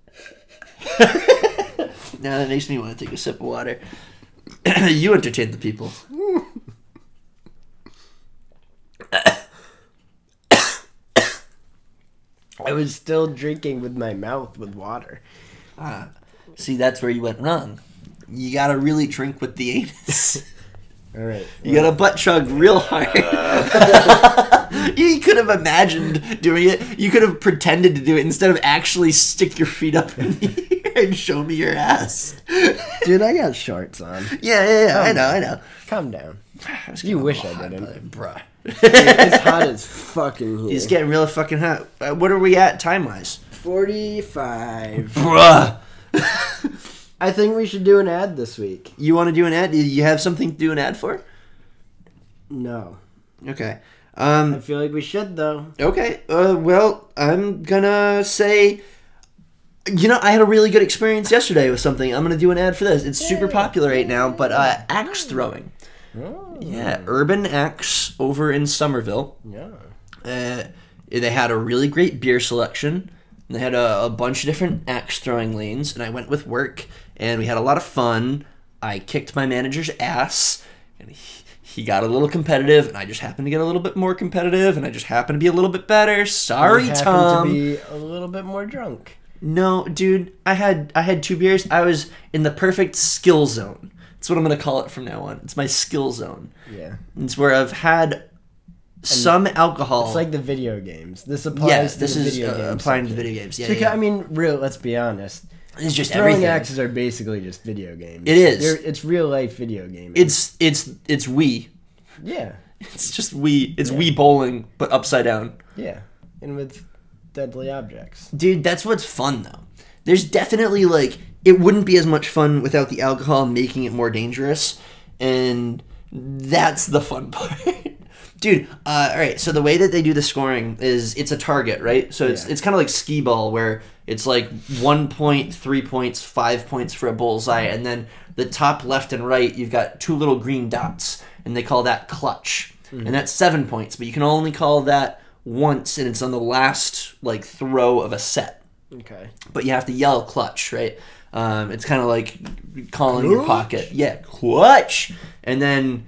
now that makes me want to take a sip of water. you entertain the people. I
I was still drinking with my mouth with water.
See, that's where you went wrong. You gotta really drink with the anus.
All right.
You gotta butt chug real hard.
Uh.
you could have imagined doing it. You could have pretended to do it instead of actually stick your feet up in the air and show me your ass. yeah,
Dude, I got shorts on.
yeah, yeah. I know, I know.
Calm down. You wish I didn't.
Bruh.
It's hot as fucking here.
It's getting real fucking hot. Uh, what are we at time wise?
45.
Bruh.
I think we should do an ad this week.
You wanna do an ad? You- You have something to do an ad for?
No.
Okay.
I
Um,
feel like we should, though.
okay. Uh, well, I'm gonna say, you know, I had a really good experience yesterday with something. I'm gonna do an ad for this. It's super popular right now, but uh, axe throwing. Yeah, Urban Axe over in Somerville.
Mm, Yeah.
Uh, they had a really great beer selection. They had a, a bunch of different axe throwing lanes, and I went with work, and we had a lot of fun. I kicked my manager's ass, and he, he got a little competitive, and I just happened to get a little bit more competitive, and I just happened to be a little bit better. Sorry,
happen
Tom.
to be a little bit more drunk.
No, dude, I had I had two beers. I was in the perfect skill zone. That's what I'm gonna call it from now on. It's my skill zone.
Yeah.
It's where I've had some alcohol.
It's like the video games. This applies
yes,
to
this
the
is
video
uh,
games.
applying to video games. Yeah,
Because,
yeah,
I mean, real. Let's be honest.
yeah. it's just
Throwing
everything.
axes are basically just video games.
It is.
They're, it's real life video games.
It's it's it's Wii.
yeah,
It's just Wii. It's Wii bowling, but upside down.
yeah, and with deadly objects.
Dude, that's what's fun though. There's definitely like it wouldn't be as much fun without the alcohol making it more dangerous, and that's the fun part. Dude, uh, all right. So the way that they do the scoring is it's a target, right? So it's
Yeah.
it's kind of like skee ball where it's like one point, three points, five points for a bullseye, and then the top left and right you've got two little green dots, and they call that clutch, and that's seven points. But you can only call that once, and it's on the last like throw of a set
Okay.
but you have to yell clutch, right? Um, it's kind of like calling your pocket. Yeah, clutch. And then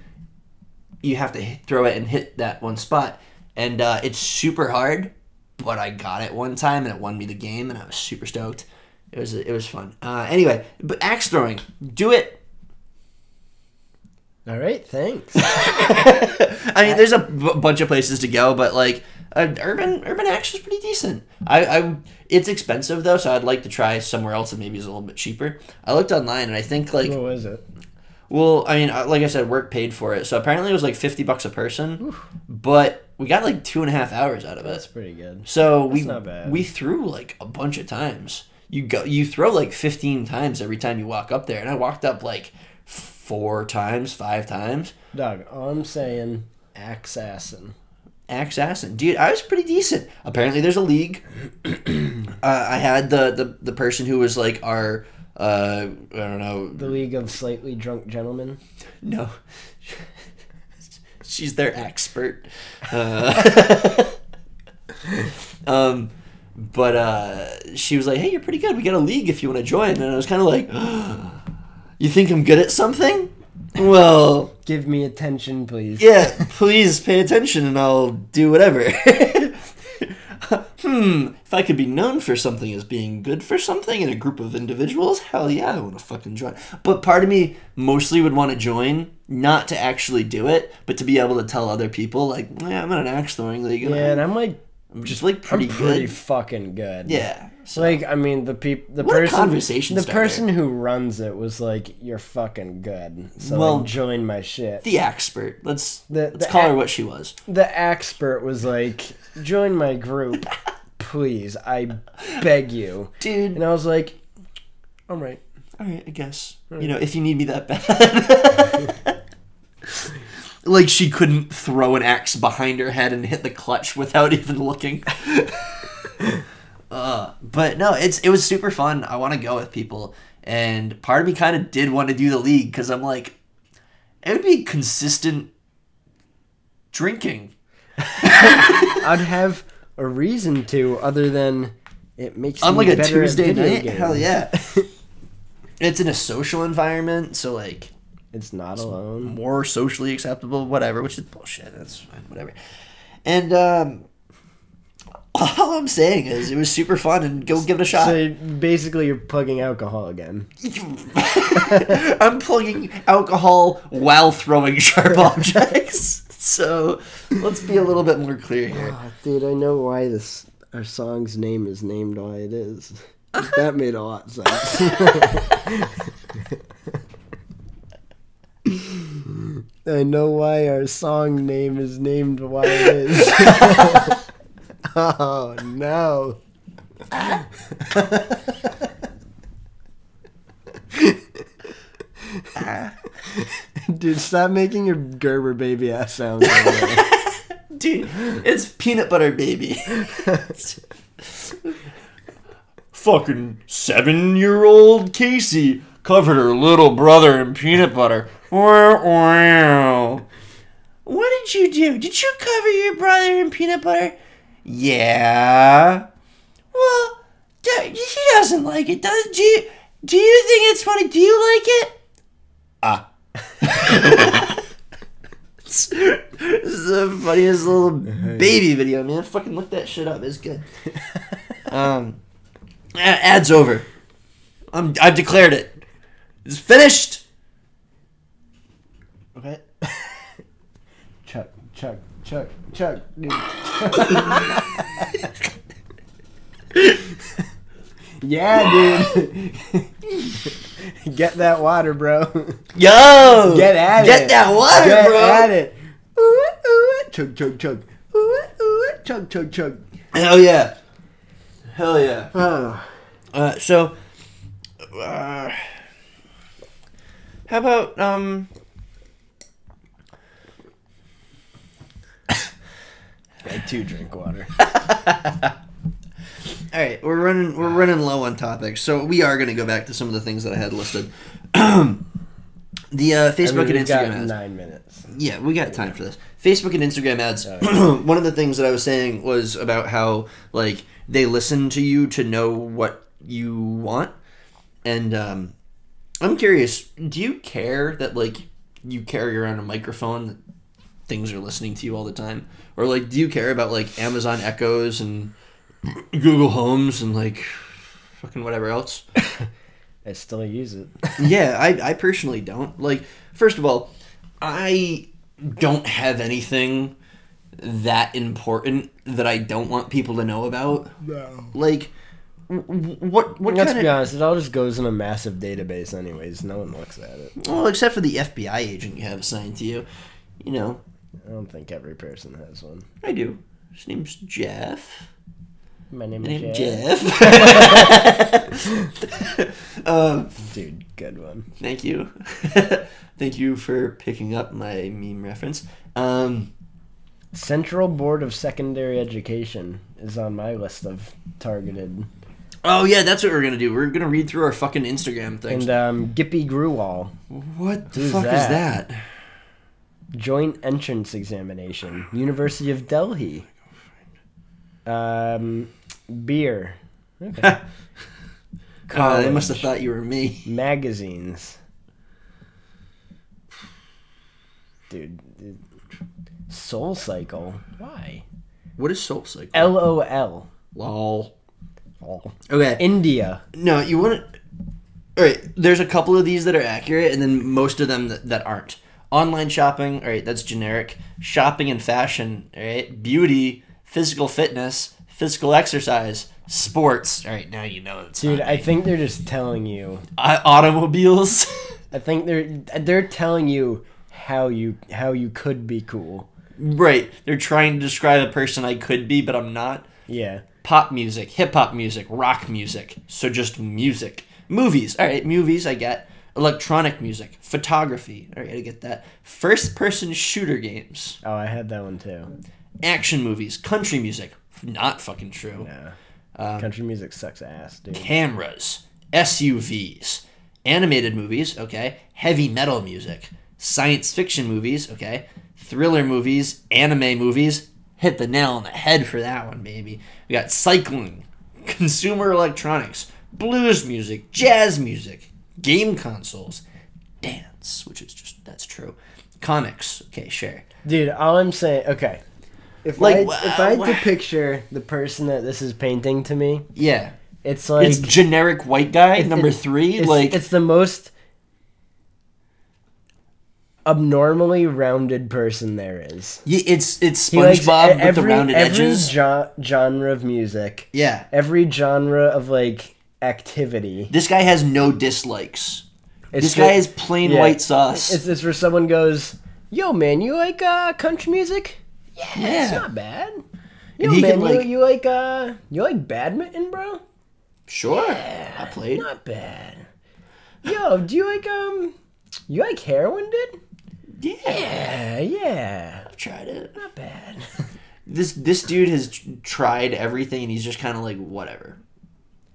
you have to hit, throw it and hit that one spot. And uh, it's super hard, but I got it one time and it won me the game, and I was super stoked. It was it was fun. Uh, anyway, but axe throwing, do it.
All right. Thanks.
I mean, there's a b- bunch of places to go, but like uh, urban urban axe is pretty decent. I, I it's expensive though, so I'd like to try somewhere else that maybe is a little bit cheaper. I looked online and I think like
what was it?
Well, I mean, uh, like I said, work paid for it, so apparently it was like fifty bucks a person, but we got like two and a half hours out of
That's
it.
pretty good.
So we
not bad.
we threw like a bunch of times. You go, you throw like fifteen times every time you walk up there, and I walked up like four times, five times.
Dog. All I'm saying, axe assassin.
Axe Assassin. Dude, I was pretty decent. Apparently, there's a league. uh, I had the, the the person who was like our uh, I don't know
The League of Slightly Drunk Gentlemen.
No. She's their expert. Uh, um, but uh, she was like, hey, you're pretty good. We got a league if you want to join. And I was kind of like, you think I'm good at something? Well,
Give me attention, please.
yeah, please pay attention and I'll do whatever. hmm, if I could be known for something as being good for something in a group of individuals, hell yeah, I want to fucking join. But part of me mostly would want to join, not to actually do it, but to be able to tell other people, like, yeah, I'm in an axe throwing league and
Yeah, and
I'm,
I'm like
I'm just like pretty,
pretty,
good.
fucking good.
yeah. So,
Like I mean, the peop the
What a
person
conversation
the
starter.
person who runs it was like, "You're fucking good." So
Well-
like, join my shit.
the expert. Let's
The-
let's
the
call her
ac-
what she was.
the expert was like, "Join my group, please. I beg you."
Dude,
And I was like, "All right."
All right, I guess. You know, if you need me that bad. like she couldn't throw an axe behind her head and hit the clutch without even looking. uh, but no, it's it was super fun. I want to go with people, and part of me kind of did want to do the league because I'm like, it would be consistent drinking.
I'd have a reason to other than it makes
on
me
like a
better at
Tuesday
video
night.
games.
Hell yeah. it's in a social environment, so like
It's not alone.
more socially acceptable, whatever, which is bullshit. That's fine, whatever. And um, All I'm saying is it was super fun and go give it a shot.
So basically, you're plugging alcohol again.
I'm plugging alcohol while throwing sharp objects. So let's be a little bit more clear here.
Oh, dude, I know why this our song's name is named why it is. That made a lot of sense. I know why our song name is named why it is. oh no. Dude, stop making your Gerber baby ass sound.
Dude, it's peanut butter baby. Fucking seven year old Casey covered her little brother in peanut butter. Wow, wow. What did you do? Did you cover your brother in peanut butter? Yeah. Well, do, he doesn't like it, does do you, do you think it's funny? Do you like it? Ah. this is the funniest little baby video, man. Fucking look that shit up. It's good. Um, a- ad's over. I'm, I've declared it. It's finished. Okay.
Chuck, Chuck, Chuck, Chuck. Dude. yeah, dude. Get that water, bro.
Yo!
Get at
Get
it.
that water,
Get
bro!
at it. Ooh, ooh, chug, chug, chug. Ooh, ooh, chug, chug, chug.
Hell yeah. Hell yeah.
Oh,
Uh, so, uh, how about um?
I too drink water.
All right, we're running we're running low on topics, so we are going to go back to some of the things that I had listed. the uh,
I mean,
Facebook and
we've
Instagram
got
ads.
nine minutes.
Yeah, we got time for this. Facebook and Instagram ads. One of the things that I was saying was about how like they listen to you to know what you want, and um, I'm curious. Do you care that like you carry around a microphone that things are listening to you all the time, or like do you care about like Amazon Echoes and Google Homes and like fucking whatever else?
I still use it.
yeah, I, I personally don't. Like, first of all, I don't have anything that important that I don't want people to know about.
No.
Like, w- w- what what
Let's
kind
be
of
honest, it all just goes in a massive database, anyways. No one looks at it.
well, except for the FBI agent you have assigned to you, you know,
I don't think every person has one.
I do. His name's Jeff.
My name
My
is
name
Jeff.
Jeff. um,
Dude, good one.
Thank you. Thank you for picking up my meme reference. Um,
Central Board of Secondary Education is on my list of targeted.
Oh yeah, that's what we're gonna do. We're gonna read through our fucking Instagram things.
And um, Gippy Gruwall,
what the
who's
fuck is
that?
that? Uh,
Joint Entrance Examination, University of Delhi. Um, beer. Okay.
Uh, they
College.
must have thought you were me.
Magazines. Dude. dude. Soul Cycle. Why?
What is Soul Cycle?
LOL.
Lol.
Lol.
Okay.
India.
no, you want to. All right. There's a couple of these that are accurate, and then most of them that, that aren't. Online shopping. All right, that's generic. Shopping and fashion. All right. Beauty. Physical fitness. Physical exercise. Sports. All right. Now you know it's
Dude,
not
I think they're just telling you.
I, automobiles.
I think they're they're telling you how you how you could be cool.
right. They're trying to describe a person I could be, but I'm not.
Yeah.
pop music, hip hop music, rock music. So just music. Movies. All right, movies I get. Electronic music, photography. All right, I get that. First person shooter games,
Oh, I had that one too.
action movies, country music. Not fucking true.
Yeah.
Um,
Country music sucks ass, dude.
Cameras, SUVs, animated movies, okay. Heavy metal music, science fiction movies, okay. Thriller movies, anime movies. Hit the nail on the head for that one, baby. We got cycling, consumer electronics, blues music, jazz music, game consoles, dance, which is just, that's true. Comics, okay, sure.
Dude, all I'm saying, okay. If
Like,
I
wha-
if I had to
wha-
picture the person that this is painting to me,
Yeah.
it's like
it's generic white guy number
it's-
three.
it's-
like
it's the most abnormally rounded person there is.
y- it's it's
He likes
SpongeBob
e-
with the rounded
every
edges.
gen- genre of music,
yeah.
every genre of like activity.
This guy has no dislikes.
It's
this guy
ju-
is plain
yeah.
white sauce.
It's, it's where someone goes, "Yo, man, you like uh, country music? Yeah, it's
Yeah.
not bad. Yo,
he
man,
can, like-
you, you like uh, you like badminton, bro?
sure. I played.
Not bad. Yo, do you like um, you like heroin, dude?
Yeah.
Yeah, yeah,
I've tried it.
not bad.
This this dude has tr- tried everything and he's just kind of like whatever.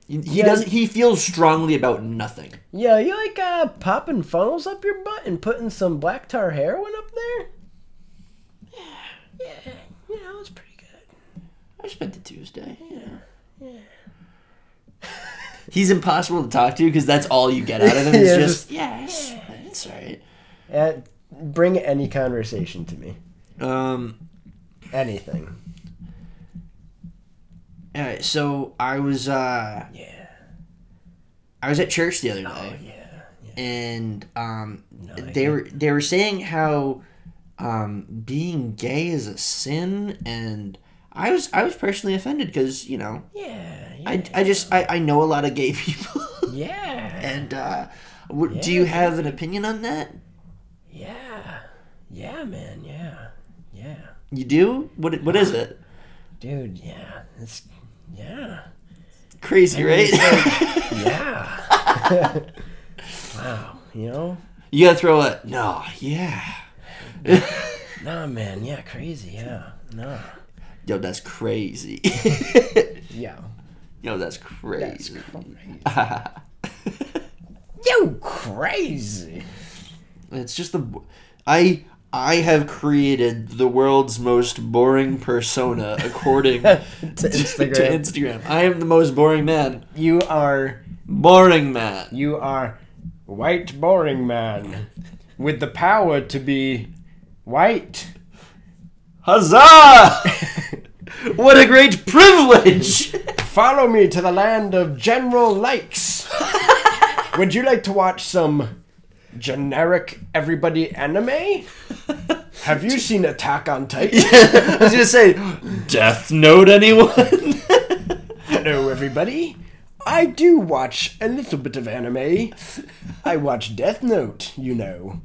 He, he
Yeah.
doesn't he feels strongly about nothing.
Yo, you like uh, popping funnels up your butt and putting some black tar heroin up there? Yeah, yeah, you know it's pretty good.
I spent the Tuesday. Yeah. He's impossible to talk to because that's all you get out of him. It's
Yeah,
just, yeah, it's, it's all right.
Uh, bring any conversation to me,
Um,
anything.
all right. So I was uh,
Yeah.
I was at church the other day,
Yeah.
and um,
I
they were they were saying how um, being gay is a sin, and I was I was personally offended because you know
Yeah.
I, I just I, I know a lot of gay people,
yeah.
and uh, w- do you have an opinion on that?
Yeah. Yeah, man. Yeah. Yeah.
You do? What what is it?
Dude, yeah. It's yeah.
Crazy, right?
Yeah. wow. You know?
you gotta throw a no, yeah.
Nah, man. Yeah, crazy. Yeah. No.
Yo, that's crazy.
Yeah.
Yo, that's crazy.
You crazy.
it's just the I I have created the world's most boring persona according to,
To
to
Instagram.
Instagram. I am the most boring man.
You are
Boring man.
you are white boring man with the power to be white.
Huzzah! what a great privilege!
Follow me to the land of General Likes. Would you like to watch some generic everybody anime? Have you seen Attack on Titan?
I was gonna say, Death Note anyone?
Hello, everybody. I do watch a little bit of anime. I watch Death Note, you know.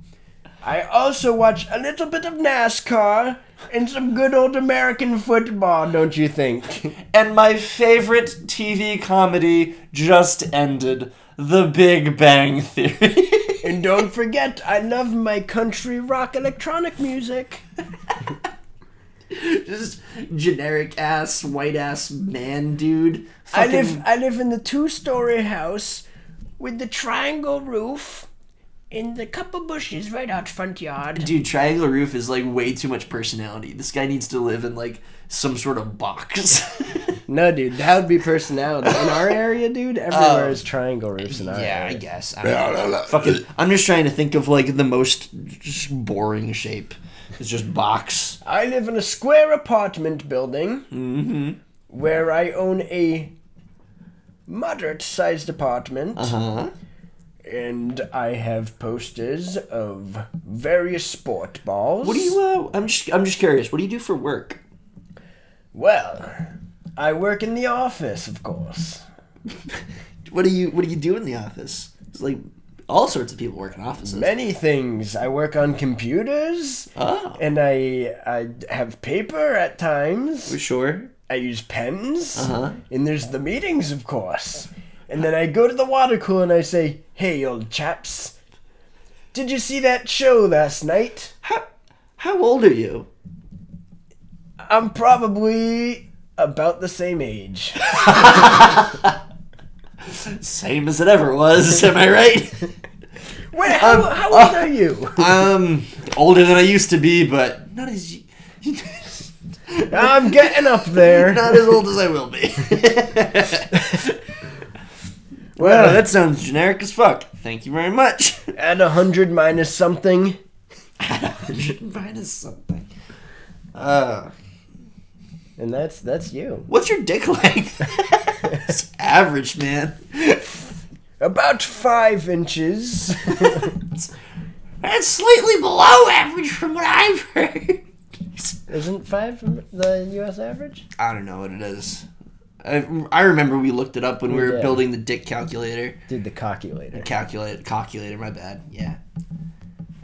I also watch a little bit of NASCAR and some good old American football, don't you think?
and my favorite TV comedy just ended The Big Bang Theory.
And don't forget, I love my country rock electronic music.
just generic ass, white ass man dude.
I
Fucking,
live I live in the two story house with the triangle roof and the couple bushes right out front yard.
Dude, Triangle Roof is like way too much personality. This guy needs to live in like some sort of box.
No dude, that would be personality. In our area, dude, everywhere
Oh.
is triangle roofs in our
yeah, I
area.
guess. I don't know. Fucking, I'm just trying to think of like the most just boring shape. It's just box.
I live in a square apartment building
Mm-hmm.
where I own a moderate sized apartment.
Huh?
And I have posters of various sport balls.
What do you? Uh, I'm just. I'm just curious. What do you do for work?
Well, I work in the office, of course.
What do you what do you do in the office? It's like all sorts of people work in offices.
Many things. I work on computers,
Oh,
and I I have paper at times.
sure.
I use pens,
Uh-huh.
and there's the meetings, of course. And then I go to the water cooler and I say, "Hey, old chaps, did you see that show last night?
How how old are you?
I'm probably about the same age."
Same as it ever was. am I right?
Wait, how, how old are you?
um, older than I used to be, but not as y-
I'm getting up there.
not as old as I will be. well, that sounds generic as fuck. Thank you very much.
Add a hundred minus something.
Minus something. Uh,
and that's that's you.
What's your dick length? it's average, man.
About five inches.
That's slightly below average from what I've heard.
Isn't five from the U.S. average?
I don't know what it is. I, I remember we looked it up when we, were
did.
building the dick calculator.
Dude, the calculator.
Calculate, calculator. My bad. Yeah.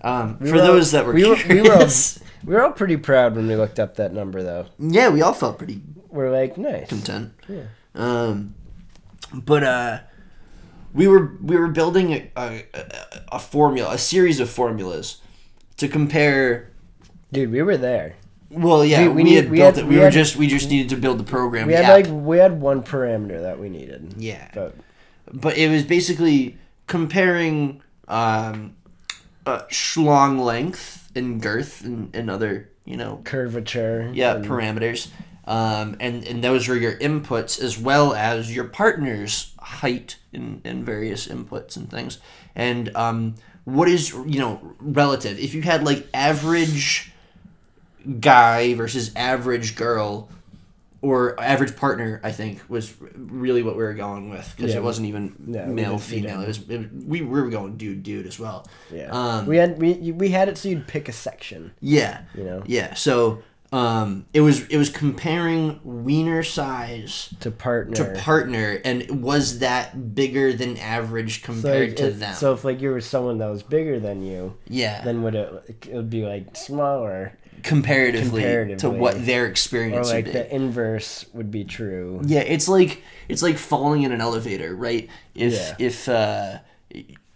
Um, for
were all-
those that were
we were- we were all-
curious,
We were all pretty proud when we looked up that number, though.
yeah, we all felt pretty
We're like, nice.
content.
Yeah.
Um, but uh, we were we were building a, a, a- a formula, a series of formulas to compare.
Dude, we were there.
Well, yeah,
We-
we,
we
had
need- we
built
had-
it.
we
We, were
had-
just we just needed to build the program.
We
the
had
app.
like we had one parameter that we needed.
yeah,
But
but it was basically comparing um, uh, schlong length and girth and, and other you know
curvature.
yeah parameters um, and and those are your inputs as well as your partner's height and, and various inputs and things and um, what is you know relative if you had like average guy versus average girl or average partner i think was r- really what we were going with because
Yeah.
it wasn't even
Yeah, we
male
didn't- we
female it was it, we were going dude dude as well
Yeah.
um,
we had we we had it so you'd pick a section.
yeah.
You know?
Yeah. So um, it was it was comparing wiener size
to partner.
to partner, and was that bigger than average
so,
compared
it,
to them?
so if like you were someone that was bigger than you,
yeah.
then would it it would be like smaller
comparatively, to
comparatively.
what their
or
experience
like
would be.
the inverse would be true.
yeah, it's like it's like falling in an elevator, right? If
Yeah.
if uh,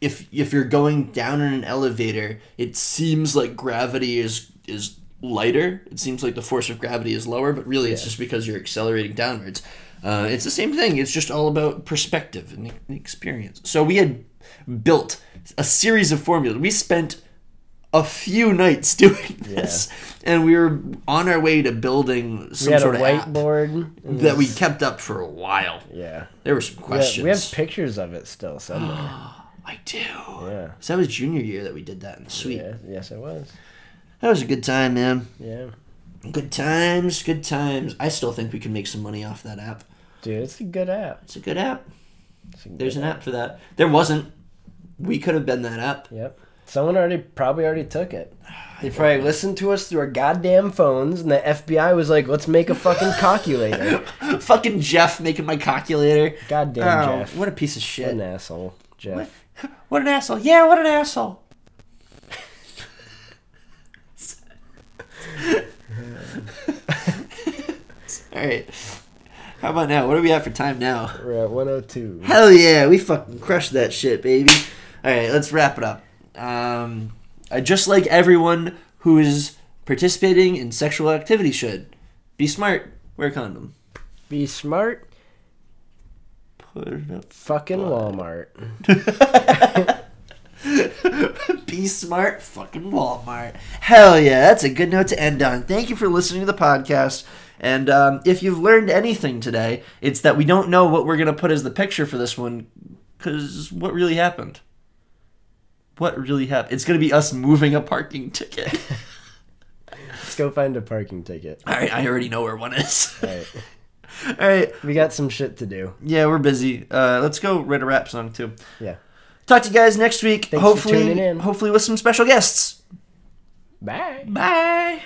if if you're going down in an elevator, it seems like gravity is is lighter. It seems like the force of gravity is lower, but really it's just because you're accelerating downwards. Uh, it's the same thing. It's just all about perspective and e- experience. So we had built a series of formulas. We spent a few nights doing this, and we were on our way to building some
We had a
sort of app Mm-hmm.
whiteboard. and
that we kept up for a while.
yeah.
There were some
Yeah,
questions.
we have pictures of it still somewhere.
I do.
Yeah.
So that was junior year that we did that in sweet.
yeah, yes, it was.
That was a good time, man.
Yeah,
Good times, good times. I still think we could make some money off that app.
dude, it's a good app.
It's a good app.
It's a
There's
good
an app for that. There wasn't. We could have been that app.
Yep. Someone already probably already took it. They probably listened to us through our goddamn phones, and the FBI was like, "Let's make a fucking calculator."
Fucking Jeff making my calculator.
Goddamn
Oh,
Jeff.
What a piece of
What an
shit.
asshole, Jeff.
What an asshole. Yeah, what an asshole. All right. How about now? What do we have for time now?
We're at 102.
Hell yeah, we fucking crushed that shit, baby. All right, let's wrap it up. Um, I just like everyone who is participating in sexual activity should be smart, wear a condom,
Be smart,
put it up.
fucking Walmart.
be smart, fucking Walmart. Hell yeah, that's a good note to end on. Thank you for listening to the podcast. And um, if you've learned anything today, it's that we don't know what we're gonna put as the picture for this one, because what really happened? What really happened? It's gonna be us moving a parking ticket.
Let's go find a parking ticket.
All right, I already know where one is.
All right,
All right,
we got some shit to do.
yeah, we're busy. Uh, let's go write a rap song too.
Yeah.
Talk to you guys next week.
Thanks for
hopefully,
tuning in.
hopefully with some special guests.
Bye.
Bye.